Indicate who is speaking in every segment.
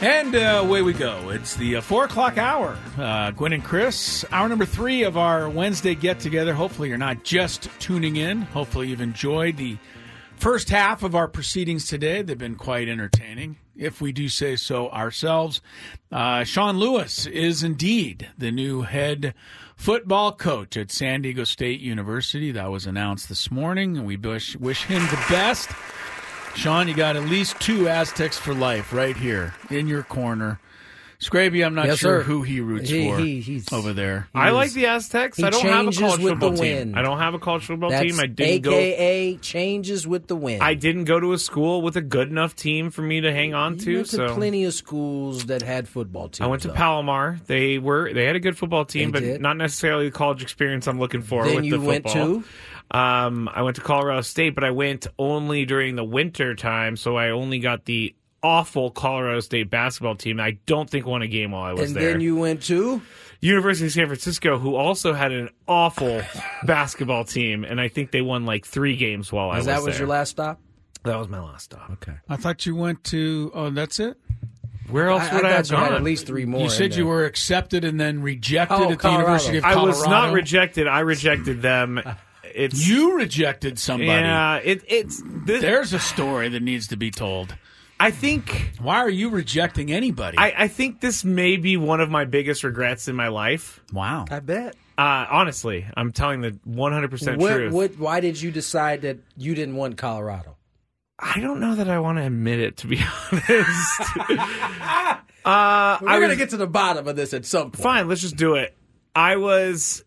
Speaker 1: And uh, away we go. It's the uh, 4 o'clock hour. Uh, Gwen and Chris, hour number three of our Wednesday get together. Hopefully, you're not just tuning in. Hopefully, you've enjoyed the first half of our proceedings today. They've been quite entertaining, if we do say so ourselves. Uh, Sean Lewis is indeed the new head football coach at San Diego State University. That was announced this morning, and we wish, wish him the best. Sean, you got at least two Aztecs for life right here in your corner. Scraby, I'm not
Speaker 2: Yes,
Speaker 1: sure
Speaker 2: sir.
Speaker 1: who he roots
Speaker 2: He-
Speaker 1: for
Speaker 2: he- he's-
Speaker 1: over there.
Speaker 3: I
Speaker 2: He's-
Speaker 3: like the Aztecs.
Speaker 2: he
Speaker 3: I don't have a
Speaker 2: changes
Speaker 3: college
Speaker 2: with
Speaker 3: football
Speaker 2: the
Speaker 3: team.
Speaker 2: wind.
Speaker 3: I don't have a college football
Speaker 2: That's
Speaker 3: team. I didn't go.
Speaker 2: AKA changes with the wind.
Speaker 3: I didn't go to a school with a good enough team for me to hang on
Speaker 2: You
Speaker 3: to.
Speaker 2: went to
Speaker 3: so
Speaker 2: plenty of schools that had football teams.
Speaker 3: I went to
Speaker 2: though.
Speaker 3: Palomar. They were they had a good football team,
Speaker 2: They
Speaker 3: but
Speaker 2: did.
Speaker 3: not necessarily the college experience I'm looking for.
Speaker 2: Then
Speaker 3: with
Speaker 2: you
Speaker 3: the
Speaker 2: went
Speaker 3: football.
Speaker 2: to?
Speaker 3: Um, I went to Colorado State, but I went only during the winter time, so I only got the awful Colorado State basketball team. I don't think won a game while I was
Speaker 2: and
Speaker 3: there.
Speaker 2: then you went to
Speaker 3: University of San Francisco, who also had an awful basketball team, and I think they won like three games while I
Speaker 2: Is
Speaker 3: was
Speaker 2: that was
Speaker 3: there.
Speaker 2: your last stop?
Speaker 3: That was my last stop. Okay.
Speaker 1: I thought you went to, oh, that's it?
Speaker 3: Where else
Speaker 2: I, I
Speaker 3: would I,
Speaker 2: thought
Speaker 3: have
Speaker 2: you had
Speaker 3: gone?
Speaker 2: at least three more.
Speaker 1: you
Speaker 2: in
Speaker 1: said you
Speaker 2: there.
Speaker 1: were accepted and then rejected
Speaker 2: Oh,
Speaker 1: at the
Speaker 2: Colorado.
Speaker 1: University of
Speaker 3: I
Speaker 1: Colorado.
Speaker 3: was not rejected. I rejected them. It's
Speaker 1: You rejected somebody.
Speaker 3: yeah. It, it's this,
Speaker 1: There's a story that needs to be told.
Speaker 3: I think
Speaker 1: Why are you rejecting anybody?
Speaker 3: I, I think this may be one of my biggest regrets in my life.
Speaker 1: wow.
Speaker 2: I bet.
Speaker 3: Uh, honestly, I'm telling the 100 percent
Speaker 2: What,
Speaker 3: truth.
Speaker 2: what? Why did you decide that you didn't want Colorado?
Speaker 3: I don't know that I want to admit it. To be honest, Uh,
Speaker 2: We're gonna get to the bottom of this at some point.
Speaker 3: fine let's just do it i was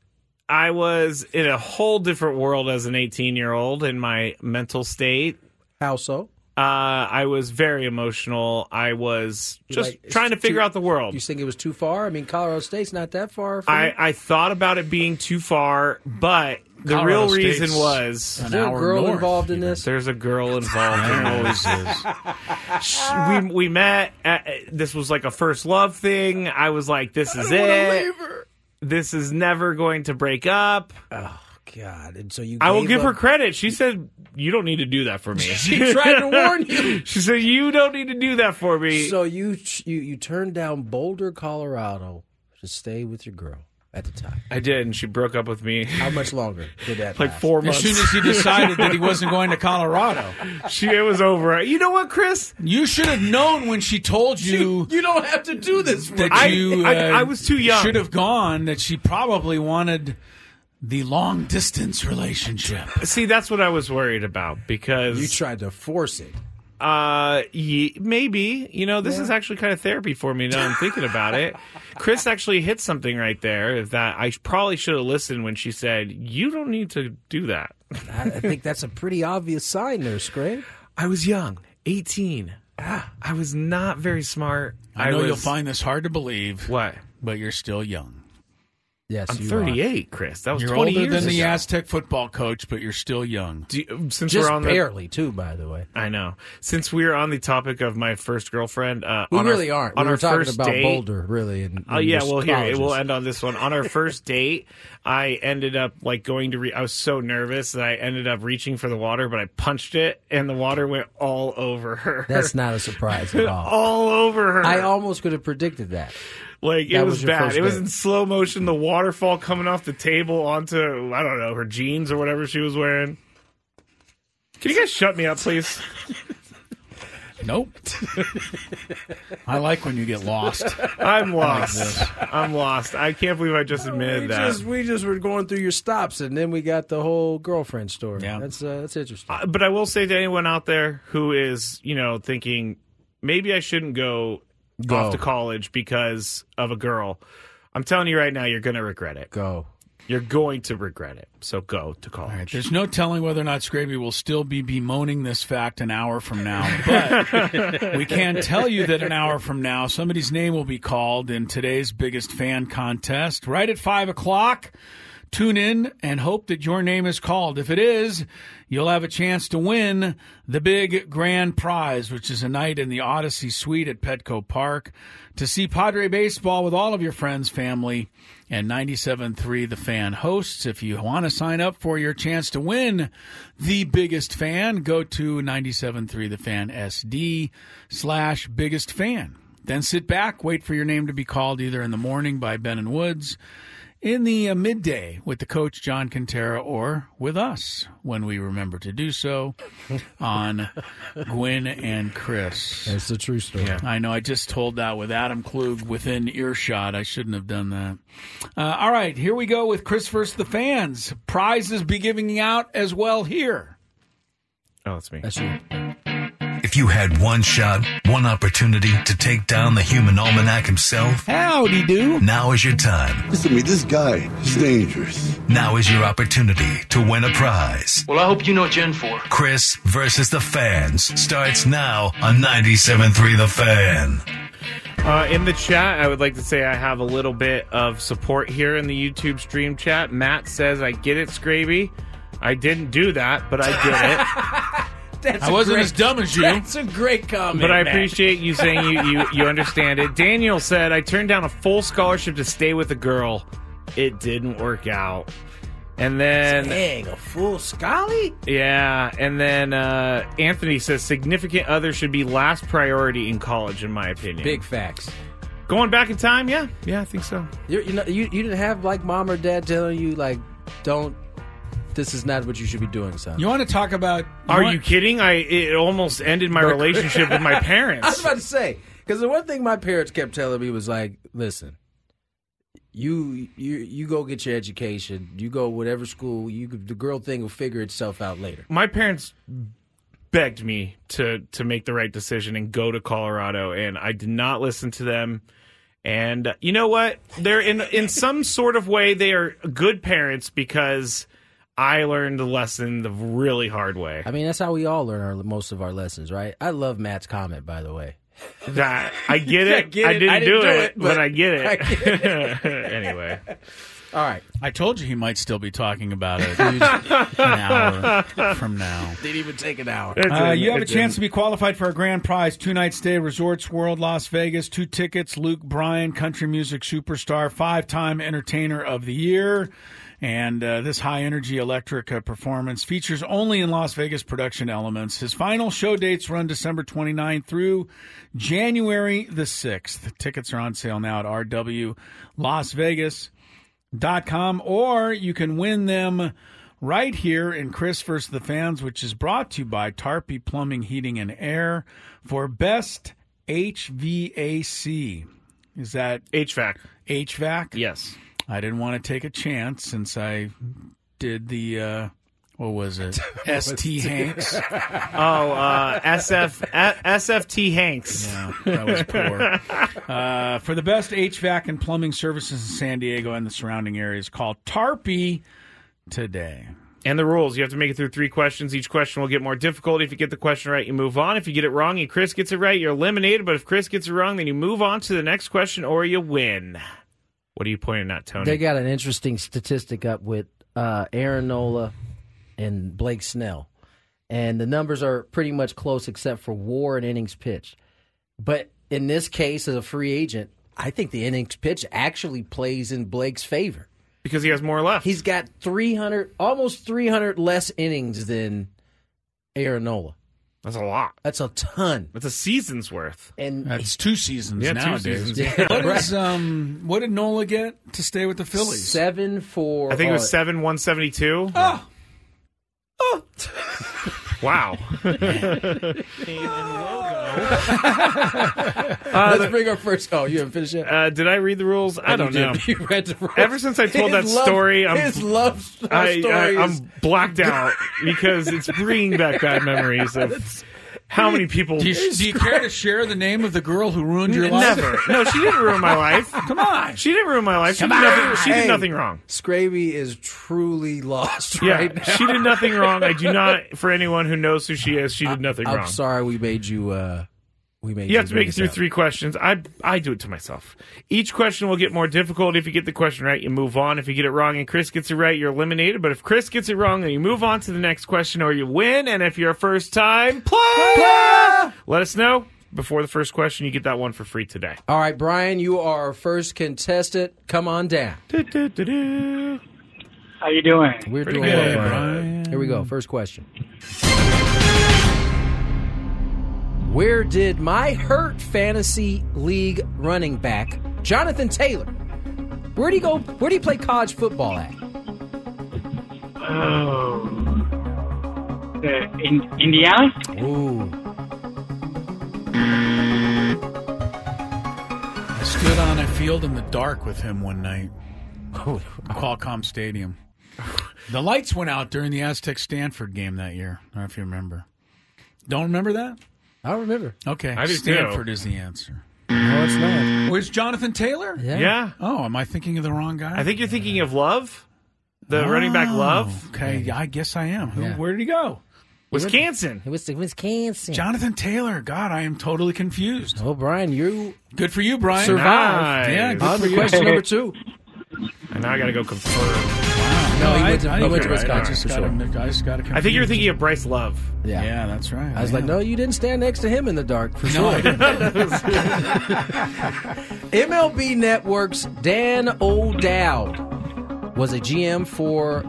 Speaker 3: i was in a whole different world as an 18 year old in my mental state
Speaker 2: How so?
Speaker 3: uh, i was very emotional i was just
Speaker 2: Like, it's
Speaker 3: trying to
Speaker 2: too-
Speaker 3: figure out the world
Speaker 2: You think it was too far? I mean, Colorado State's not that far. From
Speaker 3: I, I thought about it being too far but the
Speaker 1: Colorado
Speaker 3: real
Speaker 1: State's-
Speaker 3: reason was
Speaker 1: An
Speaker 2: Is there a
Speaker 1: hour
Speaker 2: girl
Speaker 1: north,
Speaker 2: involved in
Speaker 1: even.
Speaker 2: this?
Speaker 3: there's a girl involved in all
Speaker 1: Always is.
Speaker 3: we we met. At, this was like a first love thing. I was like, "This is it. This is never going to break up."
Speaker 2: God, and so you.
Speaker 3: I will
Speaker 2: gave
Speaker 3: give her
Speaker 2: up-
Speaker 3: credit. She said, "You don't need to do that for me."
Speaker 2: She tried to warn you.
Speaker 3: She said, "You don't need to do that for me."
Speaker 2: So you you you turned down Boulder, Colorado, to stay with your girl at the time.
Speaker 3: I did, and she broke up with me
Speaker 2: How much longer did that?
Speaker 3: like
Speaker 2: last?
Speaker 3: four
Speaker 1: As
Speaker 3: months.
Speaker 1: soon as he decided that he wasn't going to Colorado,
Speaker 3: she, it was over. You know what, Chris?
Speaker 1: you should have known when she told you
Speaker 2: You don't have to do this.
Speaker 1: that
Speaker 3: I-
Speaker 1: you.
Speaker 3: I-
Speaker 1: uh,
Speaker 3: I was too young.
Speaker 1: Should have gone. That she probably wanted the long distance relationship.
Speaker 3: See, that's what I was worried about because
Speaker 2: You tried to force it.
Speaker 3: Uh, ye- maybe. You know, this is actually kind of therapy for me now. I'm thinking about it. Chris actually hit something right there that I sh- probably should have listened when she said, "You don't need to do that."
Speaker 2: I, I think that's a pretty obvious sign there, Scrape.
Speaker 3: I was young, 18. Ah, I was not very smart.
Speaker 1: I know
Speaker 3: was-
Speaker 1: you'll find this hard to believe,
Speaker 3: what
Speaker 1: but you're still young.
Speaker 2: Yes,
Speaker 3: I'm
Speaker 2: you are.
Speaker 3: 38, Chris. That was
Speaker 1: You're
Speaker 3: 20
Speaker 1: older
Speaker 3: years
Speaker 1: than the
Speaker 3: ago.
Speaker 1: Aztec football coach, but you're still young.
Speaker 3: Do you- since
Speaker 2: Just
Speaker 3: we're on the,
Speaker 2: barely, too. By the way,
Speaker 3: I know. Since we are on the topic of my first girlfriend, uh,
Speaker 2: we
Speaker 3: on
Speaker 2: really
Speaker 3: our,
Speaker 2: aren't.
Speaker 3: On
Speaker 2: we
Speaker 3: our
Speaker 2: were talking
Speaker 3: first
Speaker 2: about
Speaker 3: date,
Speaker 2: Boulder, really. And,
Speaker 3: Oh
Speaker 2: and
Speaker 3: yeah,
Speaker 2: just
Speaker 3: well here it will
Speaker 2: colleges.
Speaker 3: end on this one. On our first date, I ended up like going to. Re- I was so nervous that I ended up reaching for the water, but I punched it, and the water went all over her.
Speaker 2: That's not a surprise at all.
Speaker 3: all over her.
Speaker 2: I almost could have predicted that.
Speaker 3: like it
Speaker 2: that
Speaker 3: was,
Speaker 2: was your
Speaker 3: bad.
Speaker 2: first
Speaker 3: It was
Speaker 2: date.
Speaker 3: in slow motion. The waterfall coming off the table onto I don't know her jeans or whatever she was wearing. Can you guys shut me up, please?
Speaker 1: Nope. I like when you get lost.
Speaker 3: I'm
Speaker 2: Oh
Speaker 3: lost. I'm lost. I can't believe I just
Speaker 2: We
Speaker 3: admitted that.
Speaker 2: just, we just were going through your stops, and then we got the whole girlfriend story.
Speaker 1: Yeah.
Speaker 2: That's uh, that's interesting.
Speaker 3: Uh, but I will say to anyone out there who is, you know, thinking maybe I shouldn't go,
Speaker 2: Go.
Speaker 3: off to college because of a girl. I'm telling you right now, you're going to regret it.
Speaker 2: Go.
Speaker 3: You're going to regret it. So go to college.
Speaker 1: All right, there's no telling whether or not Scraby will still be bemoaning this fact an hour from now, but we can tell you that an hour from now, somebody's name will be called in today's biggest fan contest right at 5 o'clock. Tune in and hope that your name is called. If it is, you'll have a chance to win the big grand prize, which is a night in the Odyssey Suite at Petco Park to see Padre baseball with all of your friends, family, and 97.3 The Fan hosts. If you want to sign up for your chance to win the biggest fan, go to 97.3 The Fan SD slash biggest fan. Then sit back, wait for your name to be called either in the morning by Ben and Woods in the uh, midday with the coach John Quintero or with us when we remember to do so on Gwen and Chris.
Speaker 2: That's the true story.
Speaker 1: I know I just told that with Adam Klug within earshot. I shouldn't have done that. Uh, all right, here we go with Chris versus the fans. Prizes be giving out as well here.
Speaker 3: Oh, that's me.
Speaker 2: That's you.
Speaker 4: If you had one shot, one opportunity to take down the human almanac himself,
Speaker 1: Howdy do.
Speaker 4: now is your time.
Speaker 5: Listen to me, this guy is dangerous.
Speaker 4: Now is your opportunity to win a prize.
Speaker 6: Well, I hope you know what you're in for.
Speaker 4: Chris versus the fans starts now on 97.3 The Fan.
Speaker 3: Uh, in the chat, I would like to say I have a little bit of support here in the YouTube stream chat. Matt says, I get it, Scraby. I didn't do that, but I get it.
Speaker 1: I wasn't as dumb as you.
Speaker 2: That's a great comment.
Speaker 3: But I appreciate you saying you, you, you understand it. Daniel said, I turned down a full scholarship to stay with a girl. It didn't work out. And then,
Speaker 2: Dang, a full Scully?
Speaker 3: yeah, and then uh, Anthony says, significant other should be last priority in college, in my opinion.
Speaker 2: Big facts.
Speaker 3: Going back in time, yeah. Yeah, I think so.
Speaker 2: You're, you know, you you didn't have like mom or dad telling you like, don't. This is not what you should be doing, son.
Speaker 1: You want to talk about?
Speaker 3: Are
Speaker 1: want-
Speaker 3: you kidding? I it almost ended my relationship with my
Speaker 2: I was
Speaker 3: parents.
Speaker 2: about to say because the one thing my parents kept telling me was like, listen, you you you go get your education, you go whatever school, you the girl thing will figure itself out later.
Speaker 3: My parents begged me to to make the right decision and go to Colorado, and I did not listen to them. And uh, you know what? They're in in some sort of way they are good parents because I learned the lesson the really hard way.
Speaker 2: I mean, that's how we all learn our, most of our lessons, right? I love Matt's comment, by the way.
Speaker 3: That I get it. I,
Speaker 2: get it.
Speaker 3: didn't, do, it, but,
Speaker 2: but
Speaker 3: I get it.
Speaker 2: I get
Speaker 3: anyway,
Speaker 2: All right.
Speaker 1: I told you he might still be talking about it an hour from now.
Speaker 2: Didn't even take an hour.
Speaker 1: Uh, you have a
Speaker 3: It's
Speaker 1: chance to be qualified for a grand prize two night stay resorts world las vegas two tickets luke bryan country music superstar five time entertainer of the year and uh, this high energy electric uh, performance features only in las vegas production elements his final show dates run december 29 through january the 6th tickets are on sale now at rw las vegas com, or you can win them right here in Chris versus the Fans, which is brought to you by Tarpey Plumbing, Heating, and Air for best HVAC. Is that
Speaker 3: HVAC.
Speaker 1: HVAC?
Speaker 3: Yes.
Speaker 1: I didn't want to take a chance since I did the uh, what was it? ST Hanks.
Speaker 3: Oh, uh, SF A- SFT Hanks.
Speaker 1: Yeah, that was poor. uh, for the best HVAC and plumbing services in San Diego and the surrounding areas, call Tarpey today.
Speaker 3: And the rules. You have to make it through three questions. Each question will get more difficult. If you get the question right, you move on. If you get it wrong and Chris gets it right, you're eliminated. But if Chris gets it wrong, then you move on to the next question or you win. What are you pointing at, Tony?
Speaker 2: They got an interesting statistic up with uh, Aaron Nola and Blake Snell, and the numbers are pretty much close except for WAR and innings pitched. But in this case, as a free agent, I think the innings pitch actually plays in Blake's favor.
Speaker 3: because he has more left.
Speaker 2: He's got three hundred, almost three hundred less innings than Aaron Nola.
Speaker 3: That's a lot.
Speaker 2: That's a ton.
Speaker 3: That's a season's worth.
Speaker 2: And
Speaker 1: That's two seasons
Speaker 3: Yeah, two
Speaker 1: nowadays.
Speaker 3: seasons.
Speaker 2: Yeah,
Speaker 1: What is
Speaker 3: uh,
Speaker 1: um? What did Nola get to stay with the Phillies?
Speaker 2: seven for
Speaker 3: I think
Speaker 2: uh,
Speaker 3: it was seven one seventy two.
Speaker 1: Oh,
Speaker 3: Wow.
Speaker 2: Let's bring our first. Oh, you haven't finished yet.
Speaker 3: Uh, did I read the rules? I don't
Speaker 2: Oh, you
Speaker 3: know.
Speaker 2: Did, you read the rules.
Speaker 3: Ever since I told
Speaker 2: His
Speaker 3: that story, I'm-
Speaker 2: his love story
Speaker 3: I, I,
Speaker 2: is
Speaker 3: I'm blacked out because it's bringing back bad memories of how many people.
Speaker 1: Do you, do you care to share the name of the girl who ruined your life?
Speaker 3: Never. No, she didn't ruin my life. Come
Speaker 1: on.
Speaker 3: She didn't ruin my life. She, did nothing, she
Speaker 2: Hey.
Speaker 3: did nothing wrong.
Speaker 2: Scraby is truly lost
Speaker 3: Yeah,
Speaker 2: right now.
Speaker 3: she did nothing wrong. I do not, for anyone who knows who she is, she did nothing
Speaker 2: I'm
Speaker 3: wrong.
Speaker 2: sorry we made you. Uh, we made
Speaker 3: You have to
Speaker 2: bring
Speaker 3: make it
Speaker 2: this
Speaker 3: through
Speaker 2: up.
Speaker 3: three questions. I I do it to myself. Each question will get more difficult. If you get the question right, you move on. If you get it wrong and Chris gets it right, you're eliminated. But if Chris gets it wrong, then you move on to the next question or you win. And if you're a first time player, let us know before the first question. You get that one for free today.
Speaker 2: All right, Brian, you are our first contestant. Come on down.
Speaker 3: Du-du-du-du.
Speaker 6: How you doing?
Speaker 2: We're
Speaker 3: Pretty
Speaker 2: doing
Speaker 3: good,
Speaker 2: well, Brian. Here we go.
Speaker 1: Mm.
Speaker 2: First question. Where did my hurt fantasy league running back Jonathan Taylor? Where do you go? Where do you play college football at?
Speaker 6: Oh,
Speaker 7: Uh,
Speaker 6: the, in Indiana?
Speaker 2: Ooh,
Speaker 1: I stood on a field in the dark with him one night. Qualcomm Stadium. The lights went out during the Aztec Stanford game that year. I don't know if you remember. Don't remember that?
Speaker 2: I don't remember.
Speaker 1: Okay.
Speaker 3: I do too.
Speaker 1: Stanford is the answer.
Speaker 2: No, it's not.
Speaker 1: Was Jonathan Taylor?
Speaker 2: Yeah.
Speaker 3: Yeah,
Speaker 1: Oh, am I thinking of the wrong guy? Oh,
Speaker 3: I think you're thinking of Love, the running back Love,
Speaker 1: Okay, yeah, I guess I am. Who,
Speaker 2: Yeah.
Speaker 1: Where did he go?
Speaker 3: Wisconsin.
Speaker 2: It was it was Kansas.
Speaker 1: Jonathan Taylor. God, I am totally confused.
Speaker 2: Oh, Brian, you
Speaker 1: Good for you, Brian.
Speaker 3: Survived.
Speaker 1: Yeah, good
Speaker 2: on
Speaker 1: for
Speaker 2: to
Speaker 1: you.
Speaker 2: question number two.
Speaker 3: And now I got to go confirm.
Speaker 1: Wow.
Speaker 2: No, he went to- he
Speaker 1: okay,
Speaker 2: went to
Speaker 1: right,
Speaker 2: Wisconsin,
Speaker 1: I just
Speaker 2: for
Speaker 1: got
Speaker 2: sure.
Speaker 1: him- I just got
Speaker 3: I think you're thinking of Bryce Love.
Speaker 2: Yeah.
Speaker 1: Yeah, that's right.
Speaker 2: I was like,
Speaker 1: am.
Speaker 2: no, you didn't stand next to him in the dark for
Speaker 1: No,
Speaker 2: sure.
Speaker 1: I didn't.
Speaker 2: MLB Network's Dan O'Dowd was a GM for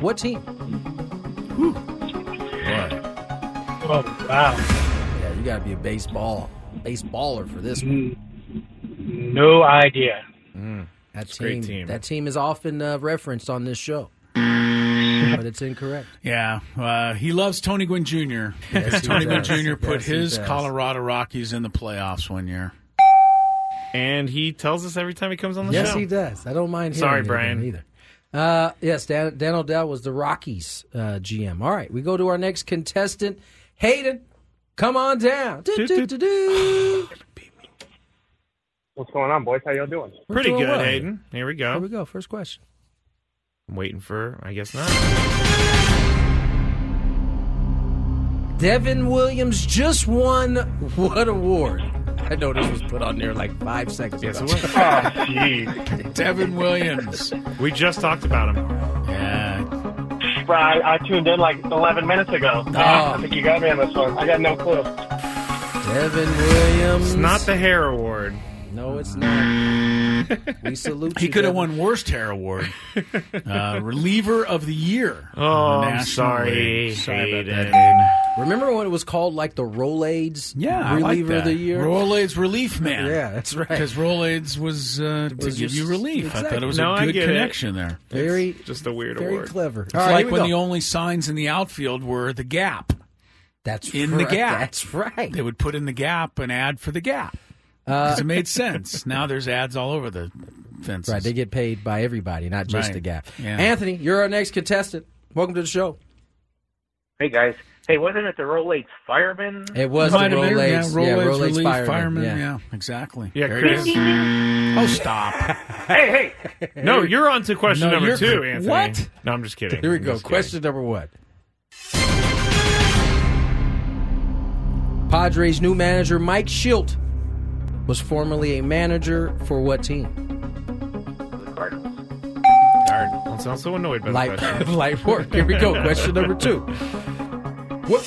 Speaker 2: what team?
Speaker 6: Oh, wow.
Speaker 2: Yeah, you got to be a baseball baseballer for this one.
Speaker 6: Mm.
Speaker 2: Mm.
Speaker 6: No idea.
Speaker 2: That team,
Speaker 3: a great team.
Speaker 2: That team is often uh, referenced on this show, but it's incorrect.
Speaker 1: yeah, uh, he loves Tony Gwynn Jr.
Speaker 2: Yes, he
Speaker 1: Tony Gwynn
Speaker 2: does.
Speaker 1: Jr. put
Speaker 2: Yes, he
Speaker 1: his
Speaker 2: does.
Speaker 1: Colorado Rockies in the playoffs one year.
Speaker 3: And he tells us every time he comes on the
Speaker 2: Yes,
Speaker 3: show.
Speaker 2: he does. I don't mind. hearing
Speaker 3: Sorry,
Speaker 2: it
Speaker 3: Brian.
Speaker 2: either. Uh, yes, Dan, Dan O'Dowd was the Rockies uh, GM. All right, we go to our next contestant, Hayden. Come on down. Do, do, do, do.
Speaker 7: What's going on, boys? How y'all doing?
Speaker 2: We're
Speaker 3: Pretty
Speaker 2: doing
Speaker 3: good,
Speaker 2: well.
Speaker 3: Hayden. Here we
Speaker 2: Here
Speaker 3: go.
Speaker 2: we go. First question.
Speaker 3: I'm waiting for, I guess not.
Speaker 2: Devin Williams just won what award? I know this was put on there like five seconds
Speaker 3: Yes, it
Speaker 2: ago.
Speaker 3: was.
Speaker 7: Oh, gee.
Speaker 1: Devin Williams.
Speaker 3: Ah, We just talked about him.
Speaker 1: yeah,
Speaker 7: I, I tuned in like 11 minutes ago.
Speaker 2: Ah.
Speaker 7: I think you got me on this one. I got no clue.
Speaker 2: Devin Williams.
Speaker 3: It's not the hair award.
Speaker 2: No, it's not. we salute you.
Speaker 1: he could have
Speaker 2: Devin.
Speaker 1: won Worst Hair Award, uh, reliever of the year. in the
Speaker 3: Oh, I'm
Speaker 1: National
Speaker 3: sorry,
Speaker 1: League. Sorry about that.
Speaker 3: Hayden.
Speaker 2: Remember when it was called like the Rolades?
Speaker 1: Yeah, I
Speaker 2: reliever
Speaker 1: like
Speaker 2: of the
Speaker 1: that.
Speaker 2: year.
Speaker 1: Rolaids Relief Man.
Speaker 2: Yeah, that's right.
Speaker 1: Because Rolaids was uh, to
Speaker 2: was
Speaker 1: give
Speaker 2: just-
Speaker 1: you relief. I thought it
Speaker 2: Exactly.
Speaker 1: was
Speaker 3: No,
Speaker 1: a
Speaker 3: I
Speaker 1: good
Speaker 3: get it.
Speaker 1: connection there.
Speaker 2: very,
Speaker 3: Just a weird
Speaker 2: very
Speaker 3: award.
Speaker 2: clever.
Speaker 1: It's like when the only signs in the outfield were the gap.
Speaker 2: that's
Speaker 1: in the
Speaker 2: right.
Speaker 1: gap.
Speaker 2: That's right. Uh,
Speaker 1: They would put in the gap an ad for the gap because it made sense. Now there's ads all over the fences.
Speaker 2: Right, they get paid by everybody, not just
Speaker 1: Right.
Speaker 2: the gap.
Speaker 1: Yeah.
Speaker 2: Anthony, you're our next contestant. Welcome to the show.
Speaker 7: Hey, guys. Hey, wasn't it the Rolaids Fireman?
Speaker 2: It was
Speaker 1: Might
Speaker 2: the
Speaker 1: have been,
Speaker 2: Rolades,
Speaker 1: yeah, Rolaids,
Speaker 2: Rolades
Speaker 1: relief
Speaker 2: firemen,
Speaker 1: firemen. yeah. exactly.
Speaker 3: Yeah,
Speaker 1: There it
Speaker 3: Chris.
Speaker 1: is. Oh, stop!
Speaker 7: Hey, hey.
Speaker 3: No, you're on to question
Speaker 1: No,
Speaker 3: number
Speaker 1: you're-
Speaker 3: two, Anthony.
Speaker 2: What?
Speaker 3: No, I'm just kidding.
Speaker 2: Here we
Speaker 3: I'm
Speaker 2: go.
Speaker 3: just kidding.
Speaker 2: Question number one. Padres' new manager, Mike Schilt, was formerly a manager for what team?
Speaker 3: Darn. I'm so- I'm so annoyed by the
Speaker 2: Light,
Speaker 3: question.
Speaker 2: light work. Here we go. Question number two. What,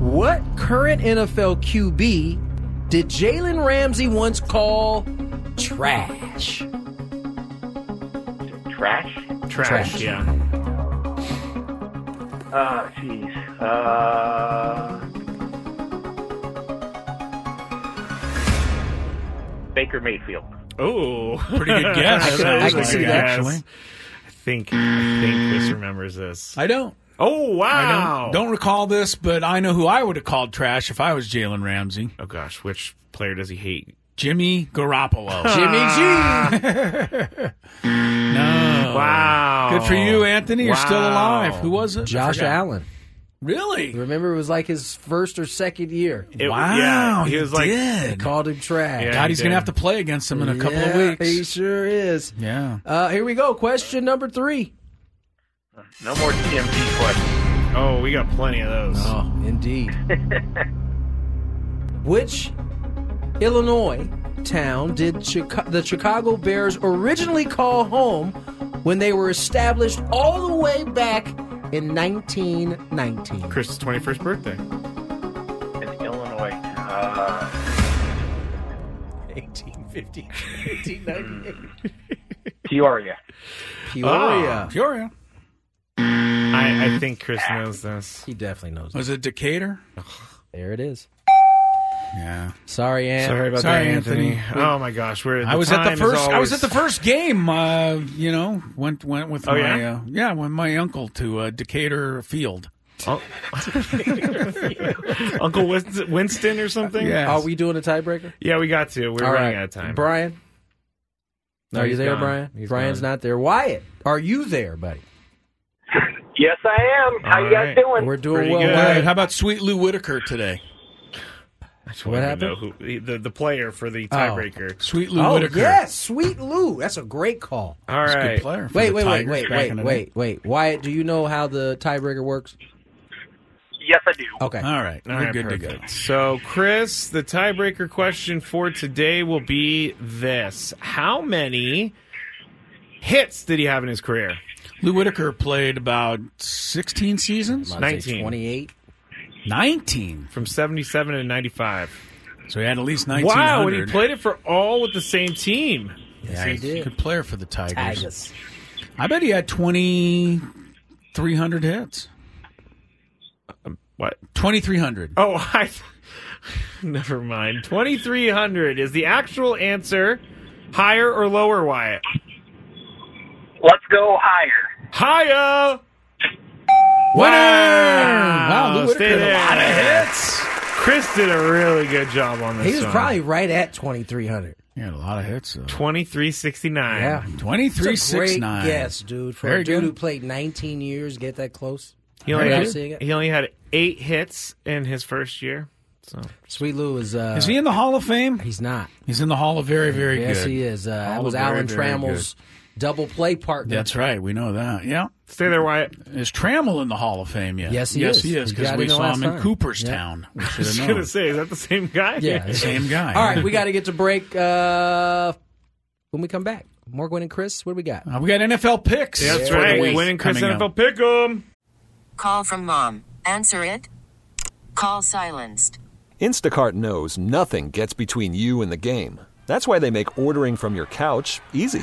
Speaker 2: what current NFL QB did Jalen Ramsey once call trash?
Speaker 7: Trash?
Speaker 3: Trash,
Speaker 2: Trash.
Speaker 3: yeah.
Speaker 7: Oh, jeez. Uh, Baker Mayfield.
Speaker 3: Oh.
Speaker 1: Pretty good guess.
Speaker 2: I can-
Speaker 1: That
Speaker 2: I
Speaker 1: is
Speaker 2: can
Speaker 1: a
Speaker 2: see
Speaker 1: good
Speaker 2: that.
Speaker 1: guess.
Speaker 3: I think, I think Chris remembers this.
Speaker 1: I don't.
Speaker 3: Oh
Speaker 1: I
Speaker 3: wow!
Speaker 1: don't, don't recall this, but I know who I would have called trash if I was Jalen Ramsey.
Speaker 3: Oh gosh, which player does he hate?
Speaker 1: Jimmy Garoppolo.
Speaker 2: Jimmy G.
Speaker 1: no.
Speaker 3: Wow.
Speaker 1: Good for you, Anthony. You're still
Speaker 3: Wow.
Speaker 1: alive. Who was it? I
Speaker 2: Josh
Speaker 1: forgot.
Speaker 2: Allen.
Speaker 1: Really?
Speaker 2: Remember, it was like his first or second year.
Speaker 3: It-
Speaker 1: wow.
Speaker 3: yeah, he
Speaker 1: you
Speaker 3: was like-
Speaker 1: did.
Speaker 2: Called him trash.
Speaker 3: Yeah,
Speaker 1: God,
Speaker 3: he
Speaker 1: he's going to
Speaker 3: did.
Speaker 1: have to play against him in a couple
Speaker 2: Yeah,
Speaker 1: of
Speaker 2: He
Speaker 1: weeks.
Speaker 2: sure is.
Speaker 1: Yeah.
Speaker 2: Uh, here we go. Question number three.
Speaker 7: No more TMZ questions.
Speaker 3: Oh, we got plenty of those.
Speaker 2: Oh, indeed. Which Illinois town did Chica- the Chicago Bears originally call home when they were established all the way back in 1919?
Speaker 3: Chris's twenty-first birthday.
Speaker 1: Mm-hmm.
Speaker 7: In Illinois. Uh,
Speaker 2: 1850, 1898.
Speaker 7: Peoria.
Speaker 3: Ah.
Speaker 2: Peoria.
Speaker 1: Peoria.
Speaker 3: I, I think Chris knows this.
Speaker 2: He definitely knows.
Speaker 1: Was it Decatur?
Speaker 2: There it is.
Speaker 1: Yeah.
Speaker 2: Sorry, Ann.
Speaker 3: Sorry about
Speaker 1: Sorry,
Speaker 3: that, Anthony.
Speaker 1: Anthony.
Speaker 3: Oh my gosh, we're.
Speaker 1: I was at
Speaker 3: time
Speaker 1: the
Speaker 3: is
Speaker 1: first. I was
Speaker 3: always-
Speaker 1: at the first game. Uh, you know, went went with
Speaker 3: Oh,
Speaker 1: my
Speaker 3: yeah?
Speaker 1: Uh, yeah, with my uncle to uh, Decatur Field.
Speaker 3: Oh. Uncle Winston, Winston or something.
Speaker 1: Yeah.
Speaker 2: Are we doing a tiebreaker?
Speaker 3: Yeah, we got to. We're
Speaker 2: All
Speaker 3: running
Speaker 2: right.
Speaker 3: out of time.
Speaker 2: Brian.
Speaker 3: No,
Speaker 2: are you
Speaker 3: he's
Speaker 2: there,
Speaker 3: gone.
Speaker 2: Brian?
Speaker 3: He's
Speaker 2: Brian's
Speaker 3: gone.
Speaker 2: not there. Wyatt, are you there, buddy?
Speaker 7: Yes, I am. How
Speaker 3: All
Speaker 7: you
Speaker 3: right.
Speaker 7: guys doing?
Speaker 2: We're doing
Speaker 3: pretty
Speaker 2: well.
Speaker 3: good.
Speaker 1: All right,
Speaker 2: Wyatt.
Speaker 1: how about Sweet Lou Whitaker today?
Speaker 3: I just
Speaker 2: What
Speaker 3: wanted to know who the, the, the player for the
Speaker 2: Oh.
Speaker 3: tiebreaker.
Speaker 1: Sweet Lou
Speaker 2: Oh,
Speaker 1: Whitaker.
Speaker 2: yes. Sweet Lou. That's a great call.
Speaker 3: All
Speaker 1: He's a
Speaker 3: right.
Speaker 1: good player. for
Speaker 2: Wait,
Speaker 1: the
Speaker 2: wait, wait,
Speaker 1: Tigers
Speaker 2: wait,
Speaker 1: back in
Speaker 2: wait,
Speaker 1: the day.
Speaker 2: wait, wait. Wyatt, do you know how the tiebreaker works?
Speaker 7: Yes, I do.
Speaker 2: Okay.
Speaker 1: All right,
Speaker 3: All
Speaker 1: we're
Speaker 3: right,
Speaker 1: good to
Speaker 3: perfect. So, Chris, the tiebreaker question for today will be this: How many hits did he have in his career?
Speaker 1: go. Lou Whitaker played about 16 seasons,
Speaker 2: I'm gonna say
Speaker 3: 19.
Speaker 2: 28.
Speaker 1: 19.
Speaker 3: From seventy-seven to ninety-five.
Speaker 1: So he had at least 19.
Speaker 3: Wow, and he played it for all with the same team.
Speaker 2: Yes, he did.
Speaker 1: Good player for the Tigers.
Speaker 2: Tigers.
Speaker 1: I bet he had 2,300 hits.
Speaker 3: What?
Speaker 1: 2,300.
Speaker 3: Oh, I. Never mind. Twenty-three hundred is the actual answer. Higher or lower, Wyatt?
Speaker 7: Let's go higher.
Speaker 3: Higher.
Speaker 1: Winner!
Speaker 3: Wow,
Speaker 1: Wow, Lou Whitaker
Speaker 3: stay
Speaker 1: had a
Speaker 3: there.
Speaker 1: lot of hits.
Speaker 3: Chris did a really good job on this.
Speaker 2: He was
Speaker 3: one.
Speaker 2: probably right at 2300.
Speaker 1: He had a lot of hits. Though.
Speaker 3: 2369.
Speaker 2: Yeah. It's a great
Speaker 1: 2369.
Speaker 2: guess, dude. For
Speaker 1: Very
Speaker 2: a dude
Speaker 1: good.
Speaker 2: who played 19 years, get that close.
Speaker 3: He only,
Speaker 2: Remember
Speaker 3: had,
Speaker 2: seeing it?
Speaker 3: he only had eight hits in his first year. So
Speaker 2: Sweet Lou is. Uh,
Speaker 1: Is he in the Hall of Fame?
Speaker 2: He's not.
Speaker 1: He's in the Hall of Very, Very
Speaker 2: yes,
Speaker 1: Good.
Speaker 2: he is. Uh, that
Speaker 1: All
Speaker 2: was
Speaker 1: very,
Speaker 2: Alan
Speaker 1: very
Speaker 2: Trammell's double play partner.
Speaker 1: That's right. We know that. Yeah.
Speaker 3: stay there, Wyatt.
Speaker 1: Is Trammell in the Hall of Fame yet?
Speaker 2: Yes, he
Speaker 1: yes,
Speaker 2: is.
Speaker 1: He is
Speaker 2: You
Speaker 1: because
Speaker 2: got
Speaker 1: we
Speaker 2: it the
Speaker 1: saw
Speaker 2: last
Speaker 1: him in
Speaker 2: time.
Speaker 1: Cooperstown. We should
Speaker 3: I
Speaker 1: have
Speaker 3: was going to
Speaker 1: known.
Speaker 3: say, is that the same guy?
Speaker 2: Yeah.
Speaker 1: Same guy.
Speaker 2: All right, we got to get to break. Uh, when we come back, Morgan and Chris, what do we got?
Speaker 1: Uh, we got NFL picks.
Speaker 3: That's
Speaker 1: for the
Speaker 3: right.
Speaker 1: week
Speaker 3: Winning Chris
Speaker 1: coming
Speaker 3: NFL
Speaker 1: up.
Speaker 3: Pick'em.
Speaker 8: Call from mom. Answer it. Call silenced.
Speaker 9: Instacart knows nothing gets between you and the game. That's why they make ordering from your couch easy.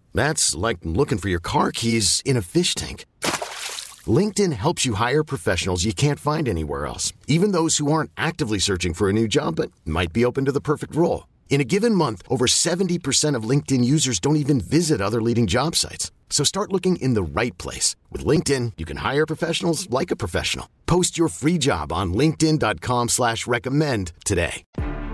Speaker 10: That's like looking for your car keys in a fish tank. LinkedIn helps you hire professionals you can't find anywhere else, even those who aren't actively searching for a new job but might be open to the perfect role. In a given month, over 70% of LinkedIn users don't even visit other leading job sites. So start looking in the right place. With LinkedIn, you can hire professionals like a professional. Post your free job on linkedin.com/recommend slash recommend today.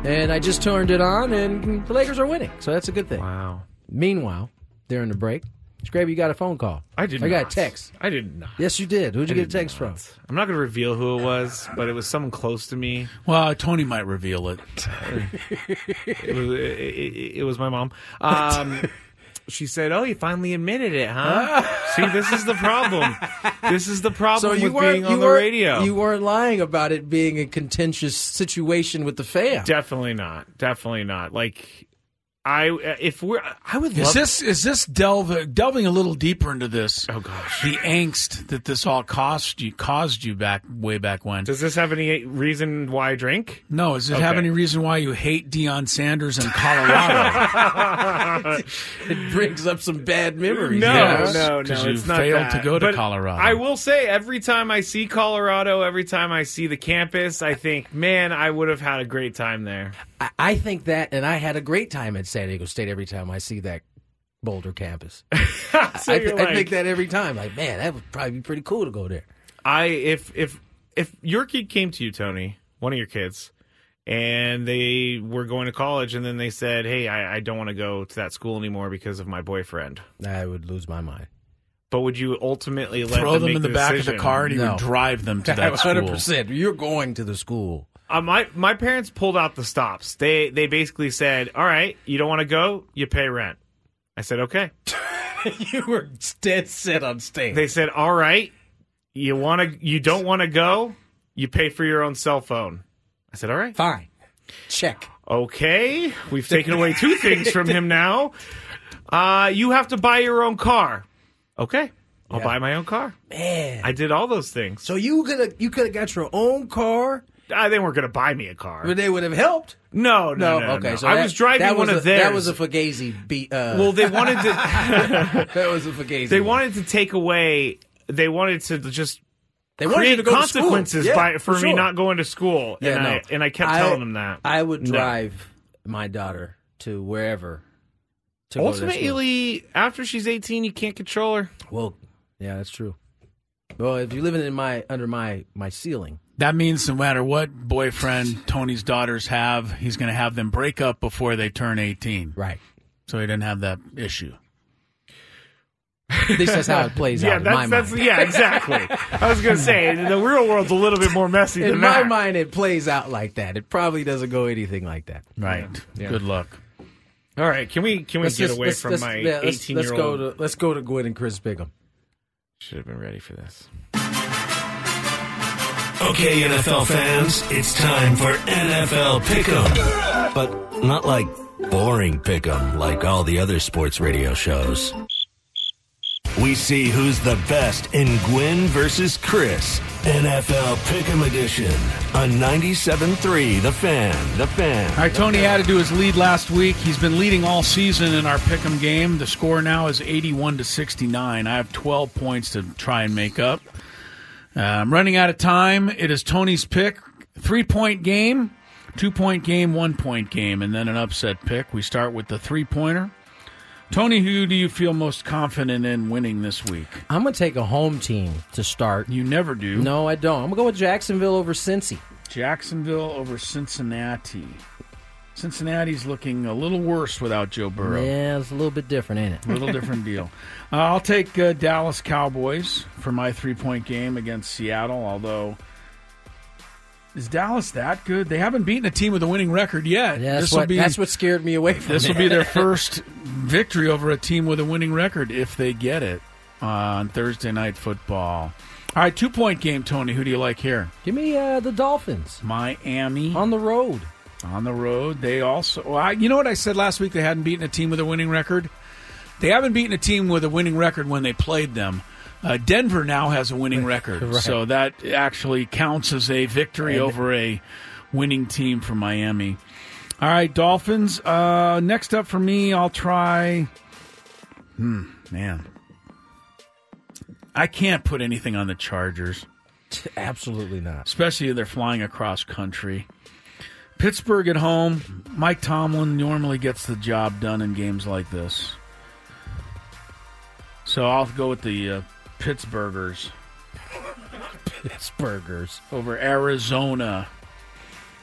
Speaker 2: And I just turned it on, and the Lakers are winning, so that's a good thing.
Speaker 3: Wow.
Speaker 2: Meanwhile, during the break, Scraby, you got a phone call.
Speaker 3: I did.
Speaker 2: I got
Speaker 3: not.
Speaker 2: a text.
Speaker 3: I did not.
Speaker 2: Yes, you did. Who'd you
Speaker 3: I
Speaker 2: get a
Speaker 3: did
Speaker 2: text
Speaker 3: not.
Speaker 2: from?
Speaker 3: I'm not going to reveal who it was, but it was someone close to me.
Speaker 1: Well, Tony might reveal it.
Speaker 3: It was, it, it, it was my mom. Um, she said, "Oh, you finally admitted it, huh? See, this is the problem. This is the problem with being on the
Speaker 2: weren't-
Speaker 3: radio.
Speaker 2: You weren't lying about it being a contentious situation with the fam.
Speaker 3: Definitely not. Definitely not. Like, I if we're, I would
Speaker 1: Is
Speaker 3: love
Speaker 1: this is this delve, delving a little deeper into this?
Speaker 3: Oh gosh,
Speaker 1: the angst that this all cost you caused you back way back when.
Speaker 3: Does this have any reason why I drink?
Speaker 1: No, does it have
Speaker 3: Okay.
Speaker 1: any reason why you hate Deion Sanders in Colorado?
Speaker 2: it brings up some bad memories.
Speaker 3: No,
Speaker 1: Yes,
Speaker 3: no, no.
Speaker 1: 'cause you
Speaker 3: It's not
Speaker 1: failed
Speaker 3: that.
Speaker 1: to go to
Speaker 3: But
Speaker 1: Colorado.
Speaker 3: I will say, every time I see Colorado, every time I see the campus, I think, man, I would have had a great time there.
Speaker 2: I, I think that, and I had a great time at San Diego State every time I see that Boulder campus.
Speaker 3: So
Speaker 2: I,
Speaker 3: you're
Speaker 2: I
Speaker 3: like-
Speaker 2: think that every time. Like, man, that would probably be pretty cool to go there.
Speaker 3: I if if if your kid came to you, Tony, one of your kids, and they were going to college, and then they said, "Hey, I, I don't want to go to that school anymore because of my boyfriend."
Speaker 2: I would lose my mind.
Speaker 3: But would you ultimately let
Speaker 1: Throw them
Speaker 3: make
Speaker 1: in the back of
Speaker 3: decision?
Speaker 1: the car and you
Speaker 2: No.
Speaker 1: would drive them to that school.
Speaker 2: 100%. You're going to the school.
Speaker 3: Uh, my my parents pulled out the stops. They they basically said, "All right, you don't want to go, you pay rent." I said, "Okay."
Speaker 2: you were dead set on staying.
Speaker 3: They said, "All right, you want to you don't want to go, you pay for your own cell phone." I said, "All right."
Speaker 2: Fine. Check.
Speaker 3: Okay, we've taken away two things from him now. Uh, you have to buy your own car. Okay, I'll buy my own car.
Speaker 2: Man.
Speaker 3: I did all those things.
Speaker 2: so you could have you could have got your own car,
Speaker 3: Uh, they weren't going to buy me a car.
Speaker 2: but they would have helped.
Speaker 3: No, no, no.
Speaker 2: okay.
Speaker 3: no.
Speaker 2: So
Speaker 3: I
Speaker 2: that-
Speaker 3: was driving
Speaker 2: that
Speaker 3: one
Speaker 2: was
Speaker 3: of
Speaker 2: a,
Speaker 3: theirs.
Speaker 2: That was a Fugazi beat. Uh,
Speaker 3: well, they wanted to.
Speaker 2: that was a Fugazi.
Speaker 3: they
Speaker 2: one.
Speaker 3: wanted to take away. They wanted to just
Speaker 2: They wanted
Speaker 3: create
Speaker 2: you to go to school.
Speaker 3: consequences
Speaker 2: Yeah,
Speaker 3: by for, me
Speaker 2: sure.
Speaker 3: not going to school.
Speaker 2: Yeah,
Speaker 3: and
Speaker 2: no.
Speaker 3: I and I kept telling them that.
Speaker 2: I would
Speaker 3: No.
Speaker 2: drive my daughter to wherever. To go to that school.
Speaker 3: Ultimately, after she's eighteen, you can't control her.
Speaker 2: Well, yeah, that's true. Well, if you're living in my under my my ceiling,
Speaker 1: That means no matter what boyfriend Tony's daughters have, he's going to have them break up before they turn 18.
Speaker 2: right?
Speaker 1: So he didn't have that issue.
Speaker 2: At least that's how it plays out.
Speaker 3: Yeah,
Speaker 2: in
Speaker 3: that's,
Speaker 2: my
Speaker 3: that's
Speaker 2: mind.
Speaker 3: yeah, exactly. I was gonna say the real world's a little bit more messy than
Speaker 2: in my
Speaker 3: that.
Speaker 2: mind, it plays out like that. It probably doesn't go anything like that.
Speaker 1: Right. Good luck.
Speaker 3: All right, can we can we
Speaker 2: Let's
Speaker 3: get
Speaker 2: just-
Speaker 3: away
Speaker 2: let's-
Speaker 3: from
Speaker 2: let's-
Speaker 3: my
Speaker 2: yeah, let's-
Speaker 3: eighteen
Speaker 2: let's
Speaker 3: year
Speaker 2: go
Speaker 3: old?
Speaker 2: to let's go to Gwen and Chris Bigham.
Speaker 3: Should have been ready for this.
Speaker 4: Okay, NFL fans, it's time for NFL Pick'em. But not like boring pick'em like all the other sports radio shows. We see who's the best in Gwyn versus Chris. NFL Pick'em Edition on 97.3 The Fan, The Fan.
Speaker 1: All right, Tony had to do his lead last week. He's been leading all season in our pick'em game. The score now is eighty-one to sixty-nine. I have twelve points to try and make up. Uh, I'm running out of time. It is Tony's pick: three-point game, two-point game, one-point game, and then an upset pick. We start with the three-pointer. Tony, who do you feel most confident in winning this week?
Speaker 2: I'm gonna take a home team to start.
Speaker 1: You never do.
Speaker 2: No, I don't. I'm gonna go with Jacksonville over Cincy.
Speaker 1: Jacksonville over Cincinnati. Cincinnati's looking a little worse without Joe Burrow.
Speaker 2: Yeah, it's a little bit different, ain't it?
Speaker 1: A little different deal. Uh, I'll take uh, Dallas Cowboys for my three point game against Seattle, although. Is Dallas that good? They haven't beaten a team with a winning record yet.
Speaker 2: Yeah, that's
Speaker 1: this will
Speaker 2: what
Speaker 1: be
Speaker 2: that's what scared me away from
Speaker 1: this
Speaker 2: it.
Speaker 1: will be their first victory over a team with a winning record if they get it on Thursday night football. All right, two point game, Tony. Who do you like here?
Speaker 2: Give me uh, the Dolphins
Speaker 1: Miami
Speaker 2: on the road.
Speaker 1: on the road. They also, well, I, you know what I said last week? They hadn't beaten a team with a winning record. They haven't beaten a team with a winning record when they played them. Uh, Denver now has a winning record,
Speaker 2: Right.
Speaker 1: so that actually counts as a victory over a winning team from Miami. All right, Dolphins. Uh, next up for me, I'll try. Hmm, man, I can't put anything on the Chargers
Speaker 2: Absolutely not.
Speaker 1: especially if they're flying across country. Pittsburgh at home. Mike Tomlin normally gets the job done in games like this. So I'll go with the uh, Pittsburghers
Speaker 2: Pittsburghers.
Speaker 1: over Arizona.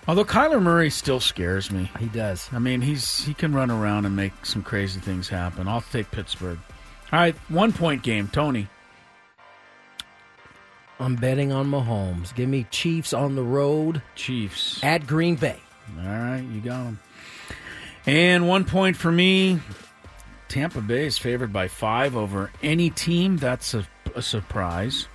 Speaker 1: Although Kyler Murray still scares me.
Speaker 2: He does.
Speaker 1: I mean, he's he can run around and make some crazy things happen. I'll take Pittsburgh. All right, one point game, Tony.
Speaker 2: I'm betting on Mahomes. Give me Chiefs on the road.
Speaker 1: Chiefs.
Speaker 2: At Green Bay.
Speaker 1: All right, you got them. And one point for me. Tampa Bay is favored by five over any team. That's a, a surprise.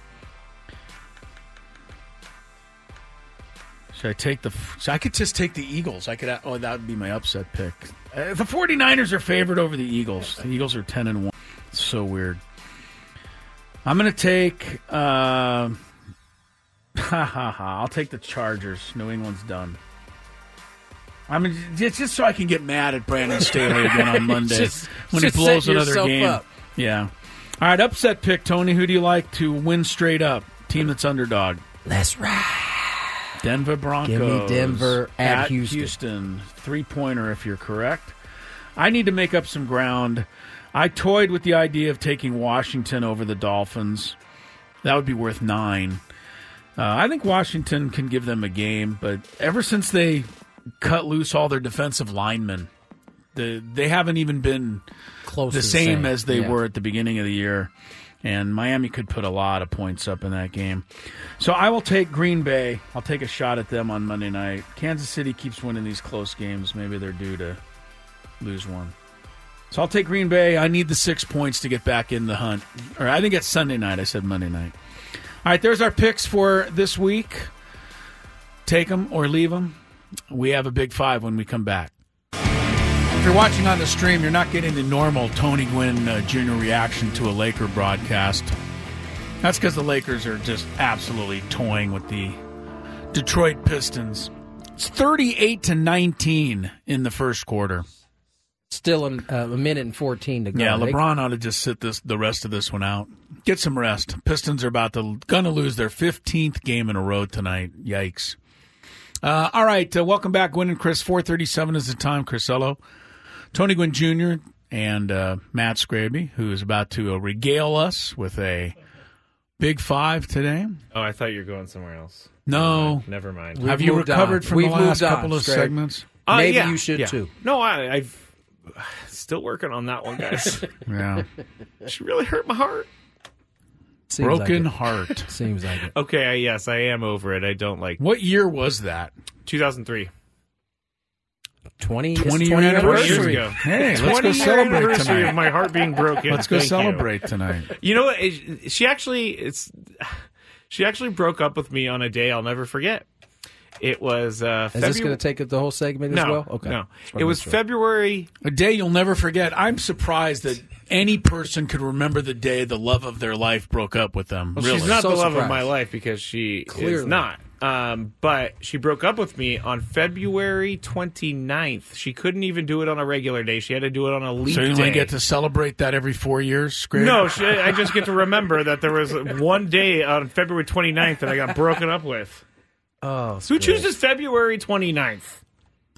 Speaker 1: Should I take the? So I could just take the Eagles. I could. Oh, that would be my upset pick. Uh, the 49ers are favored over the Eagles. The Eagles are 10 and one. It's so weird. I'm going to take. Uh, ha ha ha! I'll take the Chargers. New England's done. I mean, just, just so I can get mad at Brandon Staley again on Monday
Speaker 2: Just-
Speaker 1: when
Speaker 2: just
Speaker 1: he blows
Speaker 2: set
Speaker 1: another
Speaker 2: yourself
Speaker 1: game.
Speaker 2: up.
Speaker 1: Yeah. All right, upset pick, Tony. Who do you like to win straight up? Team that's underdog.
Speaker 2: Let's ride.
Speaker 1: Denver Broncos.
Speaker 2: Give me Denver at Houston.
Speaker 1: Three pointer if you're correct. I need to make up some ground. I toyed with the idea of taking Washington over the Dolphins. That would be worth nine. Uh, I think Washington can give them a game, but ever since they cut loose all their defensive linemen, the, they haven't even been
Speaker 2: Close
Speaker 1: the
Speaker 2: to the
Speaker 1: same,
Speaker 2: same,
Speaker 1: as they
Speaker 2: yeah.
Speaker 1: were at the beginning of the year. And Miami could put a lot of points up in that game. So I will take Green Bay. I'll take a shot at them on Monday night. Kansas City keeps winning these close games. Maybe they're due to lose one. So I'll take Green Bay. I need the six points to get back in the hunt. Or I think it's Sunday night. I said Monday night. All right, there's our picks for this week. Take them or leave them. We have a big five when we come back. If you're watching on the stream, you're not getting the normal Tony Gwynn uh, Jr. reaction to a Laker broadcast. That's because the Lakers are just absolutely toying with the Detroit Pistons. It's 38 to 19 in the first quarter.
Speaker 2: Still in, uh, a minute and 14 to go.
Speaker 1: Yeah,
Speaker 2: They-
Speaker 1: LeBron ought to just sit this the rest of this one out. Get some rest. Pistons are about to gonna lose their fifteenth game in a row tonight. Yikes. Uh, all right, uh, welcome back, Gwen and Chris. Four thirty-seven is the time. Chrisello, Tony Gwynn Jr. and uh, Matt Scraby, who is about to uh, regale us with a big five today.
Speaker 3: Oh, I thought you were going somewhere else.
Speaker 1: No,
Speaker 3: Never mind. Uh,
Speaker 1: We've Have you moved recovered on. from the We've last moved on, couple of Scrape. segments? Maybe you should, too.
Speaker 3: No, I, I've still working on that one, guys.
Speaker 1: Yeah.
Speaker 3: she really hurt my heart.
Speaker 2: Seems
Speaker 1: broken
Speaker 2: like it.
Speaker 1: heart.
Speaker 2: Seems like it.
Speaker 3: Okay, I, yes, I am over it. I don't like.
Speaker 1: What year was that?
Speaker 3: 2003.
Speaker 2: 20, it's
Speaker 1: 20
Speaker 2: 20
Speaker 1: year anniversary.
Speaker 3: Years ago.
Speaker 1: Hey, let's go
Speaker 3: 20 year
Speaker 1: celebrate
Speaker 3: anniversary
Speaker 1: tonight.
Speaker 3: Of my heart being broken.
Speaker 1: Let's go
Speaker 3: Thank you.
Speaker 1: celebrate tonight.
Speaker 3: You know what? It- She actually it's she actually broke up with me on a day I'll never forget. It was uh,
Speaker 2: Is this going to take up the whole segment
Speaker 3: no,
Speaker 2: as well? Okay.
Speaker 3: No,
Speaker 2: Just wanna
Speaker 3: it
Speaker 2: make
Speaker 3: was
Speaker 2: sure.
Speaker 3: February.
Speaker 1: A day you'll never forget. I'm surprised that any person could remember the day the love of their life broke up with them.
Speaker 3: Well,
Speaker 1: really?
Speaker 3: She's not the love of my life because she is
Speaker 1: Clearly.
Speaker 3: not. Um, but she broke up with me on February 29th. She couldn't even do it on a regular day. She had to do it on a leap
Speaker 1: So you only
Speaker 3: day.
Speaker 1: get to celebrate that every four years? Great.
Speaker 3: no, she, I just get to remember that there was one day on February 29th that I got broken up with.
Speaker 2: Oh,
Speaker 3: Who chooses February 29th?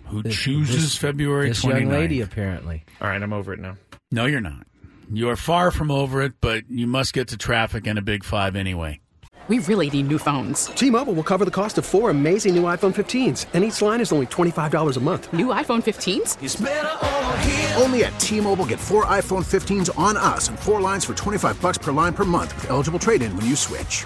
Speaker 1: Who chooses
Speaker 2: this-
Speaker 1: February
Speaker 2: This
Speaker 1: 29th?
Speaker 2: young lady, apparently.
Speaker 3: All right, I'm over it now.
Speaker 1: No, you're not. You are far from over it, but you must get to traffic and a big five anyway.
Speaker 11: We really need new phones.
Speaker 12: T-Mobile will cover the cost of four amazing new iPhone 15s, and each line is only $25 a month.
Speaker 11: New iPhone 15s?
Speaker 10: Only at T-Mobile, get four iPhone 15s on us and four lines for 25 bucks per line per month with eligible trade-in when you switch.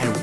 Speaker 13: and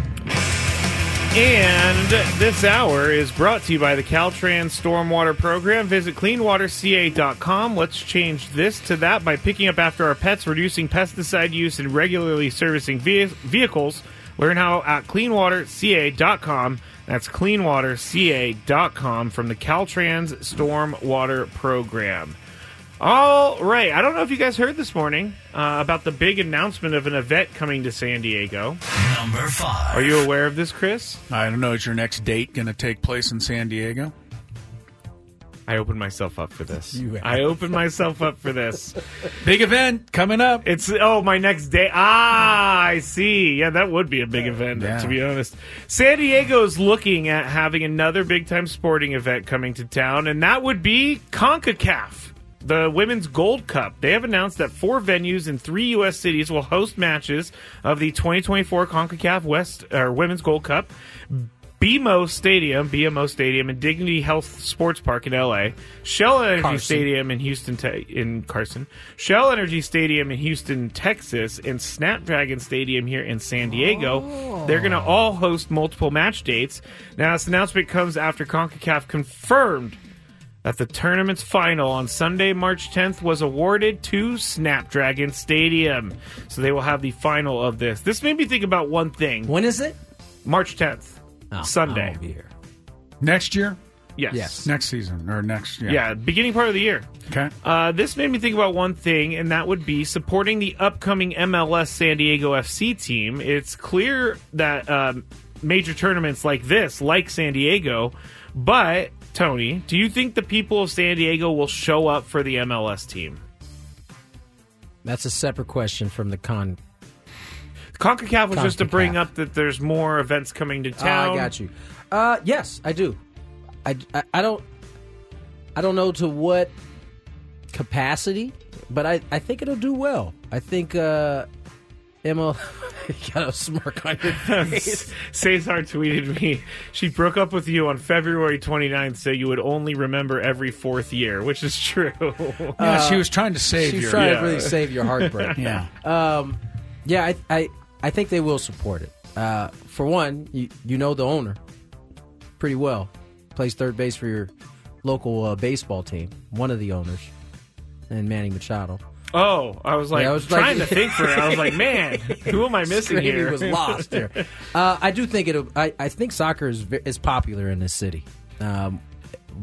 Speaker 3: And this hour is brought to you by the Caltrans Stormwater Program. Visit cleanwaterca.com. Let's change this to that by picking up after our pets, reducing pesticide use, and regularly servicing ve- vehicles. Learn how at cleanwaterca.com. That's cleanwaterca.com from the Caltrans Stormwater Program. All right. I don't know if you guys heard this morning uh, about the big announcement of an event coming to San Diego.
Speaker 14: Number five.
Speaker 3: Are you aware of this, Chris?
Speaker 1: I don't know. Is your next date going to take place in San Diego?
Speaker 3: I opened myself up for this.
Speaker 1: You have.
Speaker 3: I opened myself up for this.
Speaker 1: Big event coming up.
Speaker 3: It's oh my next day. Ah, I see. Yeah, that would be a big event
Speaker 1: Yeah.
Speaker 3: to be honest. San Diego is looking at having another big time sporting event coming to town, and that would be CONCACAF, the Women's Gold Cup. They have announced that four venues in three U.S. cities will host matches of the 2024 CONCACAF West or Women's Gold Cup. BMO Stadium, BMO Stadium, and Dignity Health Sports Park in LA, Shell Energy
Speaker 1: Carson.
Speaker 3: Stadium in Houston, te- in Carson, Shell Energy Stadium in Houston, Texas, and Snapdragon Stadium here in San Diego. They're going to all host multiple match dates. Now, this announcement comes after CONCACAF confirmed that the tournament's final on Sunday, March 10th, was awarded to Snapdragon Stadium. So they will have the final of this. This made me think about one thing.
Speaker 2: When is it?
Speaker 3: March 10th.
Speaker 2: Oh,
Speaker 3: Sunday.
Speaker 1: Next year?
Speaker 3: Yes.
Speaker 1: Next season or next year.
Speaker 3: Yeah. beginning part of the year.
Speaker 1: Okay.
Speaker 3: Uh, this made me think about one thing, and that would be supporting the upcoming MLS San Diego FC team. It's clear that um, major tournaments like this, like San Diego, but Tony, do you think the people of San Diego will show up for the MLS team?
Speaker 2: That's a separate question from the con.
Speaker 3: CONCACAF was just to
Speaker 2: CONCACAF.
Speaker 3: bring up that there's more events coming to
Speaker 2: Ah,
Speaker 3: town.
Speaker 2: I got you. Uh, yes, I do. I, I, I don't I don't know to what capacity, but I, I think it'll do well. I think uh, Emma you got a smirk on your face.
Speaker 3: Cesar tweeted me, she broke up with you on February 29th, so you would only remember every fourth year, which is true. Uh,
Speaker 1: Yeah, she was trying to save
Speaker 2: She
Speaker 1: your
Speaker 2: was trying to really save your heartbreak.
Speaker 1: yeah.
Speaker 3: uh,
Speaker 2: Um, yeah, I, I I think they will support it. Uh, for one, you you know the owner pretty well. Plays third base for your local uh, baseball team. One of the owners, and Manny Machado.
Speaker 3: Oh, I was like
Speaker 2: Yeah, I was
Speaker 3: trying
Speaker 2: like-
Speaker 3: to think for it. I was like, man, who am I missing
Speaker 2: Screaming
Speaker 3: here?
Speaker 2: was lost there. Uh, I do think it. I, I think soccer is ve- is popular in this city, um,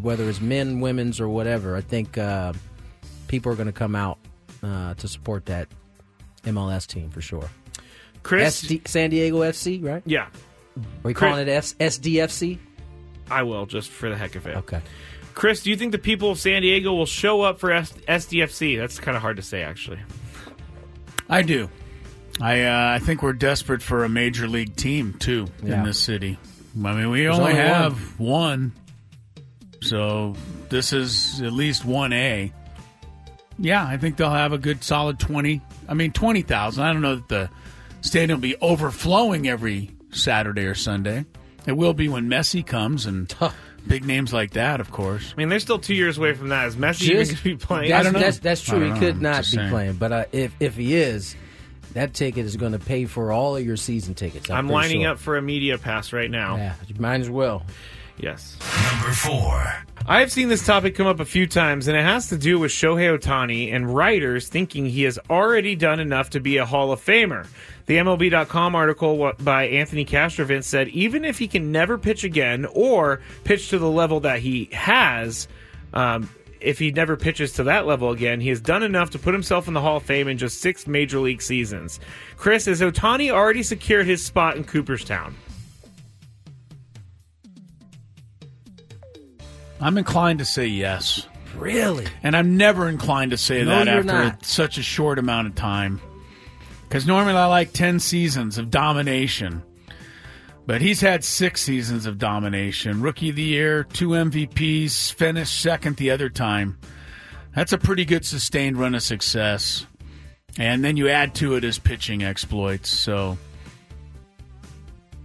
Speaker 2: whether it's men, women's, or whatever. I think uh, people are going to come out uh, to support that MLS team for sure.
Speaker 3: Chris-
Speaker 2: SD San Diego FC, right?
Speaker 3: yeah,
Speaker 2: Are we
Speaker 3: Chris-
Speaker 2: calling it S- SDFC?
Speaker 3: I will just for the heck of it.
Speaker 2: Okay.
Speaker 3: Chris, do you think the people of San Diego will show up for S- SDFC? That's kind of hard to say, actually.
Speaker 1: I do. I uh, I think we're desperate for a major league team too
Speaker 3: Yeah.
Speaker 1: in this city. I mean, we
Speaker 3: There's
Speaker 1: only,
Speaker 3: only one.
Speaker 1: have one. so this is at least one A. Yeah, I think they'll have a good solid twenty. I mean, twenty thousand. I don't know that the stadium will be overflowing every Saturday or Sunday. It will be when Messi comes and big names like that, of course.
Speaker 3: I mean, they're still two years away from that. Is Messi even going
Speaker 2: Just-
Speaker 3: to be playing?
Speaker 2: That's, That's, that's
Speaker 1: I
Speaker 2: true.
Speaker 1: don't
Speaker 2: He
Speaker 1: know.
Speaker 2: could
Speaker 1: I'm
Speaker 2: not
Speaker 1: just
Speaker 2: be
Speaker 1: saying.
Speaker 2: playing, but uh, if if he is, that ticket is going to pay for all of your season tickets.
Speaker 3: I'm lining up for a media pass right now.
Speaker 2: Yeah, you might as well.
Speaker 3: Yes.
Speaker 14: Number four.
Speaker 3: I've seen this topic come up a few times, and it has to do with Shohei Otani and writers thinking he has already done enough to be a Hall of Famer. The MLB.com article wa- by Anthony Kastrovin said even if he can never pitch again or pitch to the level that he has, um, if he never pitches to that level again, he has done enough to put himself in the Hall of Fame in just six major league seasons. Chris, has Otani already secured his spot in Cooperstown?
Speaker 1: I'm inclined to say yes.
Speaker 2: Really?
Speaker 1: And I'm never inclined to say
Speaker 2: No,
Speaker 1: that
Speaker 2: you're
Speaker 1: after
Speaker 2: not.
Speaker 1: such a short amount of time. Because normally I like 10 seasons of domination. But he's had six seasons of domination. Rookie of the year, two MVPs, finished second the other time. That's a pretty good sustained run of success. And then you add to it his pitching exploits. So,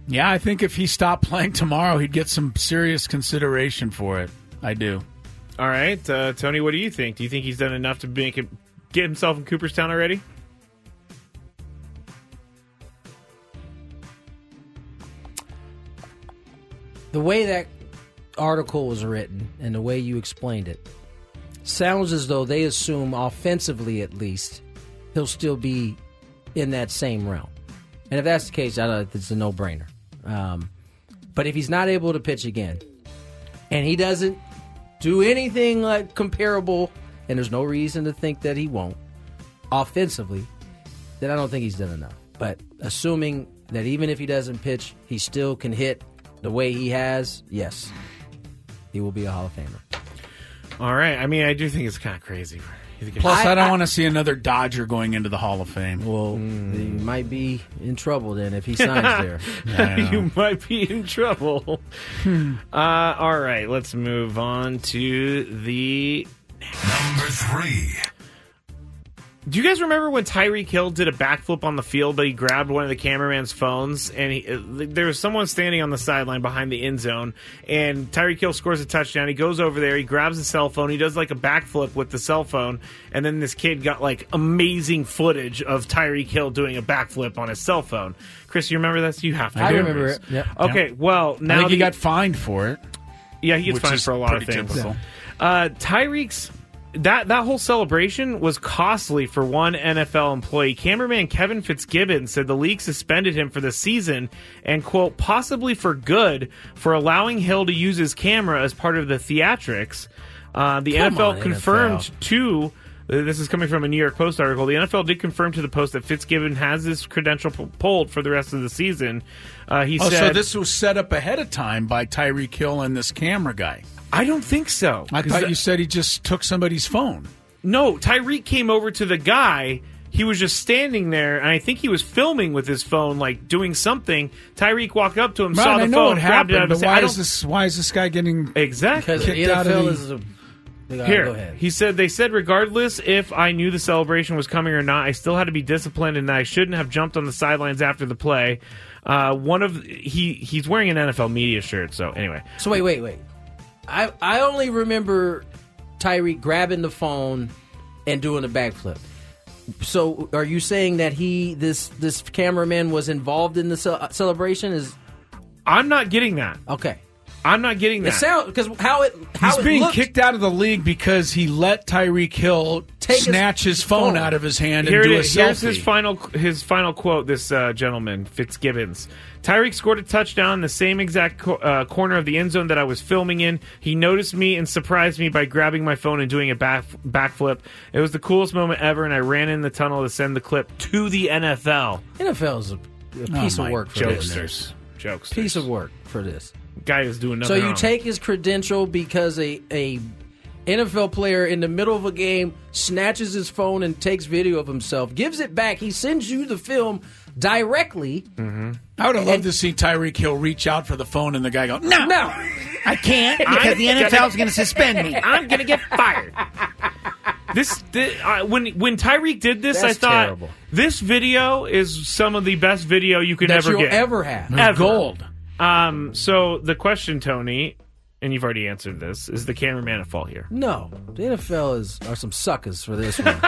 Speaker 1: yeah, I think if he stopped playing tomorrow, he'd get some serious consideration for it. I do.
Speaker 3: All right, uh, Tony, what do you think? Do you think he's done enough to make him get himself in Cooperstown already?
Speaker 2: The way that article was written and the way you explained it sounds as though they assume, offensively at least, he'll still be in that same realm. And if that's the case, I don't, it's a no brainer. Um, but if he's not able to pitch again and he doesn't do anything like comparable, and there's no reason to think that he won't offensively, then I don't think he's done enough. But assuming that even if he doesn't pitch, he still can hit the way he has, yes, he will be a Hall of Famer.
Speaker 3: All right. I mean, I do think it's kind of crazy.
Speaker 1: Plus, I, don't want to see another Dodger going into the Hall of Fame.
Speaker 2: Well, he might be in trouble then if he signs there.
Speaker 3: you might be in trouble. uh, all right, let's move on to the number three. Do you guys remember when Tyreek Hill did a backflip on the field, but he grabbed one of the cameraman's phones, and he, uh, there was someone standing on the sideline behind the end zone, and Tyreek Hill scores a touchdown. He goes over there, he grabs a cell phone, he does like a backflip with the cell phone, and then this kid got like amazing footage of Tyreek Hill doing a backflip on his cell phone. Chris, you remember this? You have to.
Speaker 1: I remember
Speaker 3: this.
Speaker 1: it. Yep.
Speaker 3: Okay.
Speaker 1: Yep.
Speaker 3: Well,
Speaker 1: I
Speaker 3: now
Speaker 1: think he
Speaker 3: the-
Speaker 1: got fined for it.
Speaker 3: yeah, he gets
Speaker 1: Which
Speaker 3: fined
Speaker 1: is
Speaker 3: for a lot of
Speaker 1: pretty
Speaker 3: things.
Speaker 1: typical.
Speaker 3: Uh, Tyreek's that that whole celebration was costly for one NFL employee. Cameraman Kevin Fitzgibbon said the league suspended him for the season and quote possibly for good for allowing Hill to use his camera as part of the theatrics. Uh, the
Speaker 15: Come
Speaker 3: NFL
Speaker 15: on,
Speaker 3: confirmed
Speaker 15: NFL.
Speaker 3: two. uh, This is coming from a New York Post article. The NFL did confirm to the Post that Fitzgibbon has this credential p- pulled for the rest of the season. Uh, he
Speaker 1: oh,
Speaker 3: said,
Speaker 1: so this was set up ahead of time by Tyreek Hill and this camera guy.
Speaker 3: I don't think so.
Speaker 1: I
Speaker 3: 'Cause
Speaker 1: thought
Speaker 3: the-
Speaker 1: you said he just took somebody's phone.
Speaker 3: No, Tyreek came over to the guy. He was just standing there, and I think he was filming with his phone, like doing something. Tyreek walked up to him, saw
Speaker 1: Right,
Speaker 3: the
Speaker 1: I know
Speaker 3: phone,
Speaker 1: it
Speaker 3: grabbed it out
Speaker 1: happened,
Speaker 3: of his
Speaker 1: but
Speaker 3: hand. I
Speaker 1: why is
Speaker 3: don't-
Speaker 1: this? Why is this guy getting
Speaker 3: exactly
Speaker 1: kicked out of the?
Speaker 3: Here, he said they said regardless if I knew the celebration was coming or not, I still had to be disciplined and I shouldn't have jumped on the sidelines after the play. Uh, one of he he's wearing an NFL media shirt, so anyway,
Speaker 2: So wait, wait, wait. I I only remember Tyreek grabbing the phone and doing a backflip. So are you saying that he this this cameraman was involved in the ce- celebration? Is
Speaker 3: I'm not getting that.
Speaker 2: Okay,
Speaker 3: I'm not getting
Speaker 2: it
Speaker 3: that.
Speaker 2: sound because how it how
Speaker 1: He's
Speaker 2: it
Speaker 1: being
Speaker 2: looked-
Speaker 1: kicked out of the league because he let Tyreek Hill
Speaker 2: Take his
Speaker 1: snatch his, phone,
Speaker 3: phone.
Speaker 1: out of his hand
Speaker 3: Here
Speaker 1: and do
Speaker 3: it
Speaker 1: a
Speaker 3: is.
Speaker 1: selfie.
Speaker 3: Here's his final his final quote. This uh, gentleman, Fitzgibbons. Tyreek scored a touchdown in the same exact co- uh, corner of the end zone that I was filming in. He noticed me and surprised me by grabbing my phone and doing a back backflip. It was the coolest moment ever, and I ran in the tunnel to send the clip to the NFL.
Speaker 2: NFL is a, a piece
Speaker 3: Oh my
Speaker 2: of work for
Speaker 3: jokesters.
Speaker 2: this.
Speaker 3: Jokes.
Speaker 2: Piece of work for this.
Speaker 3: Guy is doing nothing.
Speaker 2: So you
Speaker 3: wrong.
Speaker 2: take his credential because a a NFL player in the middle of a game snatches his phone and takes video of himself, gives it back. He sends you the film directly.
Speaker 1: I would have loved to see Tyreek Hill reach out for the phone and the guy go, "No,
Speaker 2: no,
Speaker 1: I can't
Speaker 3: because the NFL is gonna
Speaker 1: suspend me.
Speaker 3: I'm gonna get fired." this, thi- I- when when Tyreek did this,
Speaker 2: That's
Speaker 3: I thought
Speaker 2: terrible.
Speaker 3: this video is some of the best video you could
Speaker 2: That
Speaker 3: ever
Speaker 2: you'll
Speaker 3: get,
Speaker 2: ever have.
Speaker 3: ever.
Speaker 1: Gold.
Speaker 3: Um, so the question, Tony, and you've already answered this: Is the cameraman at fault here?
Speaker 2: No, the NFL is are some suckers for this one.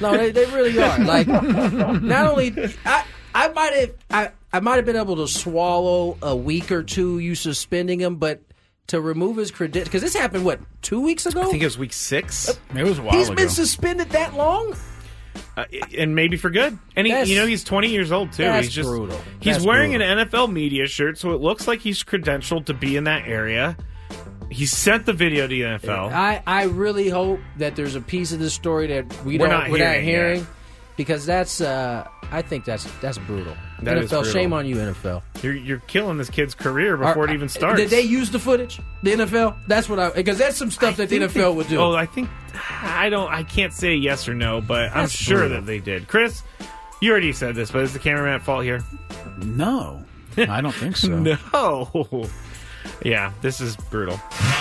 Speaker 2: no, they, they really are. Like, not only I I might have I, I might have been able to swallow a week or two you suspending him, but to remove his credit because this happened what two weeks ago.
Speaker 3: I think it was week six.
Speaker 1: It was a
Speaker 2: He's been suspended that long.
Speaker 3: Uh, and maybe for good. And he,
Speaker 2: That's-
Speaker 3: you know, he's 20 years old too.
Speaker 2: that's
Speaker 3: he's just
Speaker 2: brutal.
Speaker 3: he's
Speaker 2: That's
Speaker 3: wearing an NFL media shirt, so it looks like he's credentialed to be in that area. He sent the video to the NFL.
Speaker 2: I, I really hope that there's a piece of this story that we
Speaker 3: We're
Speaker 2: don't
Speaker 3: not
Speaker 2: we're
Speaker 3: hearing
Speaker 2: not
Speaker 3: yet.
Speaker 2: hearing because that's uh, I think that's that's brutal.
Speaker 3: That is
Speaker 2: NFL, shame
Speaker 3: brutal.
Speaker 2: on you, NFL.
Speaker 3: You're, you're killing this kid's career before
Speaker 2: Are-
Speaker 3: it even starts.
Speaker 2: Did they use the footage? The NFL? That's what I because that's some stuff that the NFL
Speaker 3: they-
Speaker 2: would do.
Speaker 3: Oh, I think I don't. I can't say yes or no, but I'm
Speaker 2: That's
Speaker 3: sure
Speaker 2: brutal.
Speaker 3: that they did. Chris, you already said this, but is the cameraman at fault here?
Speaker 1: No, I don't think so.
Speaker 3: no. Yeah, this is brutal.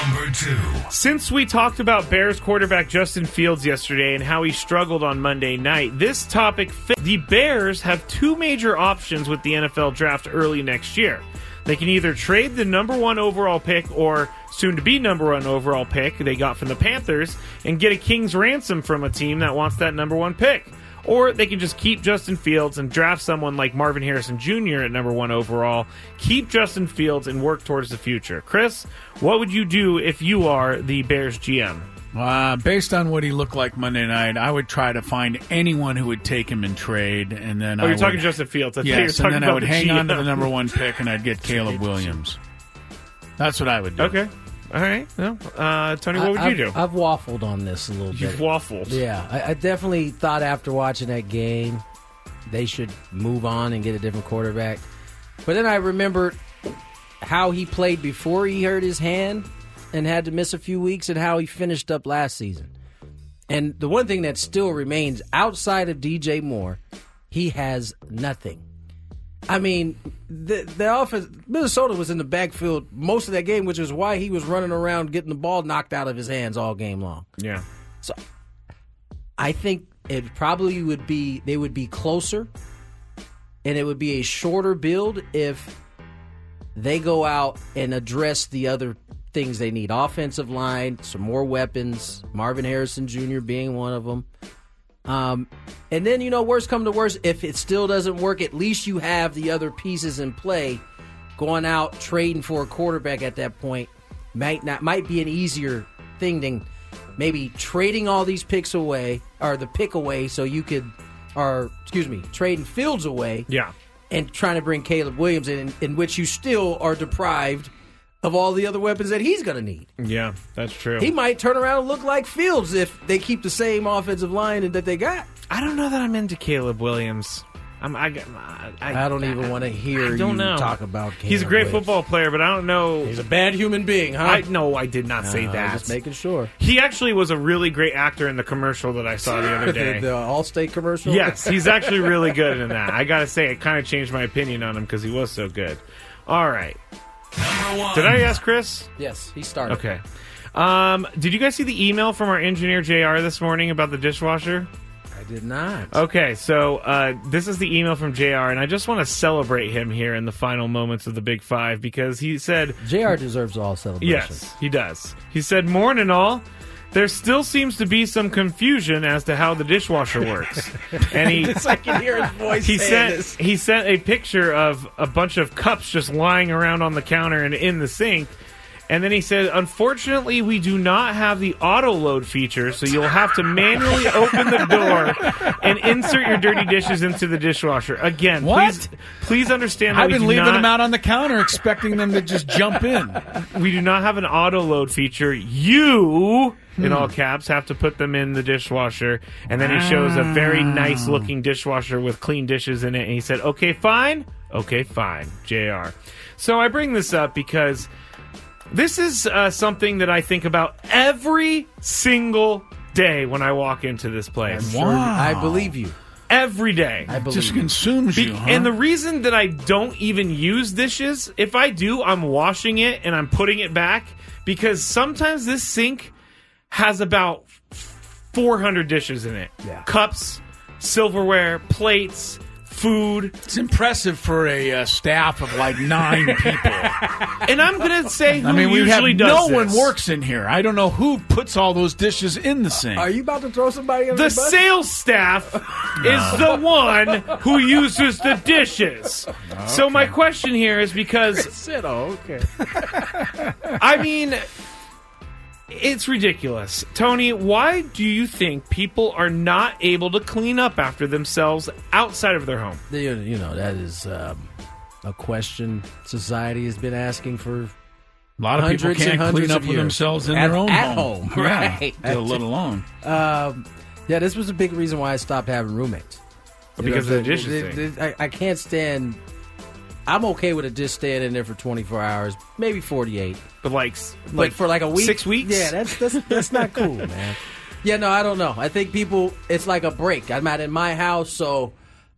Speaker 14: Number two.
Speaker 3: Since we talked about Bears quarterback Justin Fields yesterday and how he struggled on Monday night, this topic fit. The Bears have two major options with the NFL draft early next year. They can either trade the number one overall pick or soon to be number one overall pick they got from the Panthers and get a king's ransom from a team that wants that number one pick. Or they can just keep Justin Fields and draft someone like Marvin Harrison Jr. at number one overall. Keep Justin Fields and work towards the future. Chris, what would you do if you are the Bears GM?
Speaker 1: Uh, based on what he looked like Monday night, I would try to find anyone who would take him in trade, and then
Speaker 3: Oh,
Speaker 1: I
Speaker 3: you're
Speaker 1: would,
Speaker 3: talking Justin Fields. I thought you were
Speaker 1: yes,
Speaker 3: talking
Speaker 1: and then I
Speaker 3: about
Speaker 1: would
Speaker 3: the
Speaker 1: hang on to
Speaker 3: GM.
Speaker 1: the number one pick, and I'd get Caleb Williams. That's what I would do.
Speaker 3: Okay. All right. No. Uh, Tony, what would
Speaker 2: I-
Speaker 3: you do?
Speaker 2: I've- I've waffled on this a little
Speaker 3: You've
Speaker 2: bit.
Speaker 3: waffled.
Speaker 2: Yeah, I, I definitely thought after watching that game, they should move on and get a different quarterback. But then I remembered how he played before he hurt his hand and had to miss a few weeks, and how he finished up last season. And the one thing that still remains outside of DJ Moore, he has nothing. I mean, the, the offense, Minnesota was in the backfield most of that game, which is why he was running around getting the ball knocked out of his hands all game long.
Speaker 3: Yeah.
Speaker 2: So I think it probably would be they would be closer and it would be a shorter build if they go out and address the other things they need offensive line, some more weapons, Marvin Harrison Jr. being one of them. Um, and then, you know, worst come to worst, if it still doesn't work, at least you have the other pieces in play. Going out trading for a quarterback at that point might not might be an easier thing than maybe trading all these picks away or the pick away so you could or excuse me, trading Fields away
Speaker 3: Yeah.
Speaker 2: and trying to bring Caleb Williams in, in which you still are deprived of all the other weapons that he's going to need.
Speaker 3: Yeah, that's true.
Speaker 2: He might turn around and look like Fields if they keep the same offensive line that they got.
Speaker 3: I don't know that I'm into Caleb Williams. I'm, I, I,
Speaker 2: I don't even wanna hear
Speaker 3: I don't
Speaker 2: you
Speaker 3: know.
Speaker 2: talk about
Speaker 3: He's a
Speaker 2: Caleb
Speaker 3: great
Speaker 2: Williams.
Speaker 3: football player, but I don't know. He's
Speaker 2: a bad human being, huh?
Speaker 3: I, no, I did not say
Speaker 2: Uh,
Speaker 3: that.
Speaker 2: Just making sure.
Speaker 3: he actually was a really great actor in the commercial that I saw the other day.
Speaker 2: the, the Allstate commercial.
Speaker 3: Yes, he's actually really good in that. I gotta say, it kind of changed my opinion on him because he was so good. All right. Did I ask Chris?
Speaker 2: Yes, he started.
Speaker 3: Okay. Um, did you guys see the email from our engineer JR this morning about the dishwasher?
Speaker 2: I did not.
Speaker 3: Okay, so uh, this is the email from JR, and I just want to celebrate him here in the final moments of the Big Five because he said
Speaker 2: Jr. deserves all celebration.
Speaker 3: Yes, he does. He said, Morning and all. There still seems to be some confusion as to how the dishwasher works. and he,
Speaker 2: I can hear his voice.
Speaker 3: he
Speaker 2: saying
Speaker 3: sent
Speaker 2: this.
Speaker 3: he sent a picture of a bunch of cups just lying around on the counter and in the sink. And then he said, "Unfortunately, we do not have the auto load feature, so you'll have to manually open the door and insert your dirty dishes into the dishwasher." Again,
Speaker 1: What?
Speaker 3: please please understand that
Speaker 1: I've
Speaker 3: we
Speaker 1: been
Speaker 3: do
Speaker 1: leaving
Speaker 3: not-
Speaker 1: them out on the counter, expecting them to just jump in.
Speaker 3: we do not have an auto load feature. You, in all caps, have to put them in the dishwasher. And then he shows a very nice looking dishwasher with clean dishes in it. And he said, okay, fine. Okay, fine, JR. So I bring this up because this is uh, something that I think about every single day when I walk into this place.
Speaker 2: Sure, I believe you.
Speaker 3: Every day.
Speaker 2: I believe
Speaker 1: Just
Speaker 2: you.
Speaker 1: consumes
Speaker 3: Be-
Speaker 1: you. Huh?
Speaker 3: And the reason that I don't even use dishes, if I do, I'm washing it and I'm putting it back because sometimes this sink has about 400 dishes in it.
Speaker 1: Yeah.
Speaker 3: Cups, silverware, plates, food.
Speaker 1: it's impressive for a uh, staff of like nine people.
Speaker 3: And I'm going to say who
Speaker 1: I mean, we have
Speaker 3: usually does
Speaker 1: no one
Speaker 3: this.
Speaker 1: works in here. I don't know who puts all those dishes in the sink.
Speaker 2: Are you about to throw somebody under
Speaker 3: The
Speaker 2: the, bus?
Speaker 3: sales staff is the one who uses the dishes. So my question here is because
Speaker 2: Said, oh, okay.
Speaker 3: I mean, it's ridiculous. Tony, why do you think people are not able to clean up after themselves outside of their home?
Speaker 2: You, you know that is um, a question society has been asking for
Speaker 1: A lot of people
Speaker 2: Hundreds and
Speaker 1: can't
Speaker 2: hundreds
Speaker 1: clean up
Speaker 2: of
Speaker 1: for
Speaker 2: years.
Speaker 1: themselves in
Speaker 2: At-
Speaker 1: their own
Speaker 2: at
Speaker 1: home.
Speaker 2: home,
Speaker 1: Yeah,
Speaker 2: right.
Speaker 1: let alone.
Speaker 2: Um, yeah, this was a big reason why I stopped having roommates. You know
Speaker 3: Because
Speaker 2: what
Speaker 3: of
Speaker 2: I'm
Speaker 3: the
Speaker 2: saying?
Speaker 3: dishes
Speaker 2: Th- th- I, I can't stand. I'm okay with a dish staying in there for 24 hours, maybe 48.
Speaker 3: But like,
Speaker 2: but
Speaker 3: like
Speaker 2: for like a week,
Speaker 3: six weeks?
Speaker 2: Yeah, that's that's that's not cool, man. Yeah, no, I don't know. I think people, it's like a break. I'm not in my house, so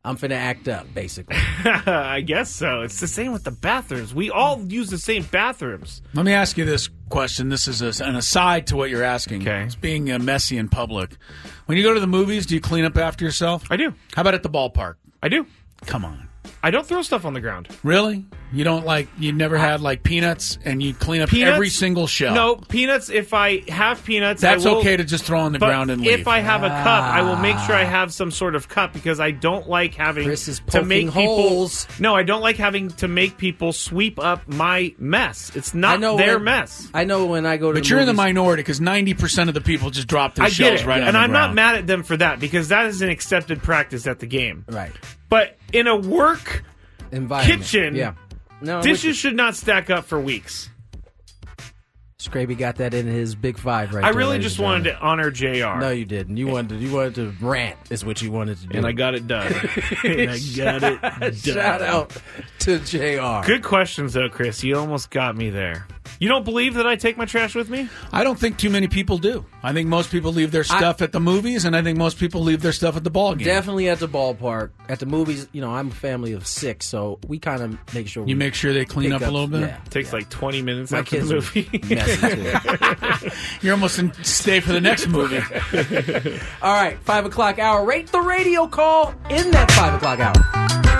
Speaker 2: I'm finna act up, basically.
Speaker 3: I guess so. It's the same with the bathrooms. We all use the same bathrooms.
Speaker 1: Let me ask you this question. This is a, an aside to what you're asking. Okay. It's being uh, messy in public. When you go to the movies, do you clean up after yourself? I
Speaker 3: do.
Speaker 1: How about at the ballpark?
Speaker 3: I do.
Speaker 1: Come on.
Speaker 3: I don't throw stuff on the ground.
Speaker 1: Really? You don't like, you never had like peanuts and you clean up
Speaker 3: Peanuts?
Speaker 1: every single shell?
Speaker 3: No peanuts. If I have peanuts, I
Speaker 1: That's
Speaker 3: will-
Speaker 1: okay to just throw on the
Speaker 3: but
Speaker 1: ground and leave.
Speaker 3: If I have a cup, I will make sure I
Speaker 1: Ah.
Speaker 3: have some sort of cup because I don't like having to
Speaker 1: poking
Speaker 3: make
Speaker 1: holes.
Speaker 3: people. No, I don't like having to make people sweep up my mess. It's not their
Speaker 1: when-
Speaker 3: mess.
Speaker 2: I know when I go
Speaker 1: but you're in the minority because 90% of the people just drop their
Speaker 3: I get
Speaker 1: shells
Speaker 3: it,
Speaker 1: right on
Speaker 3: and
Speaker 1: the
Speaker 3: I'm
Speaker 1: ground.
Speaker 3: not mad at them for that because that is an accepted practice at the game.
Speaker 2: Right.
Speaker 3: But in a work
Speaker 2: Environment.
Speaker 3: kitchen,
Speaker 2: Yeah. No, I'm with you.
Speaker 3: dishes should not stack up for weeks.
Speaker 2: Scraby got that in his big five right
Speaker 3: I
Speaker 2: there,
Speaker 3: really
Speaker 2: ladies
Speaker 3: just
Speaker 2: and
Speaker 3: wanted to
Speaker 2: gentlemen.
Speaker 3: honor Jr.
Speaker 2: No, you didn't. You wanted to, you wanted to rant, is what you wanted to do.
Speaker 3: And I got it done. And I got it done.
Speaker 2: Shout out to JR.
Speaker 3: Good questions, though, Chris. You almost got me there. You don't believe that I take my trash with me?
Speaker 1: I don't think too many people do. I think most people leave their stuff at the movies, and I think most people leave their stuff at the ball game.
Speaker 2: Definitely at the ballpark, at the movies. You know, I'm a family of six, so we kind of make sure
Speaker 1: You
Speaker 2: we
Speaker 1: make sure they clean
Speaker 2: pick
Speaker 1: up a little bit?
Speaker 2: Yeah.
Speaker 3: takes like 20 minutes
Speaker 2: My
Speaker 3: after
Speaker 2: kids
Speaker 3: the movie.
Speaker 2: are messy too.
Speaker 1: You're almost in stay for the next movie.
Speaker 2: All right, five o'clock hour. Rate the radio call in that five o'clock hour.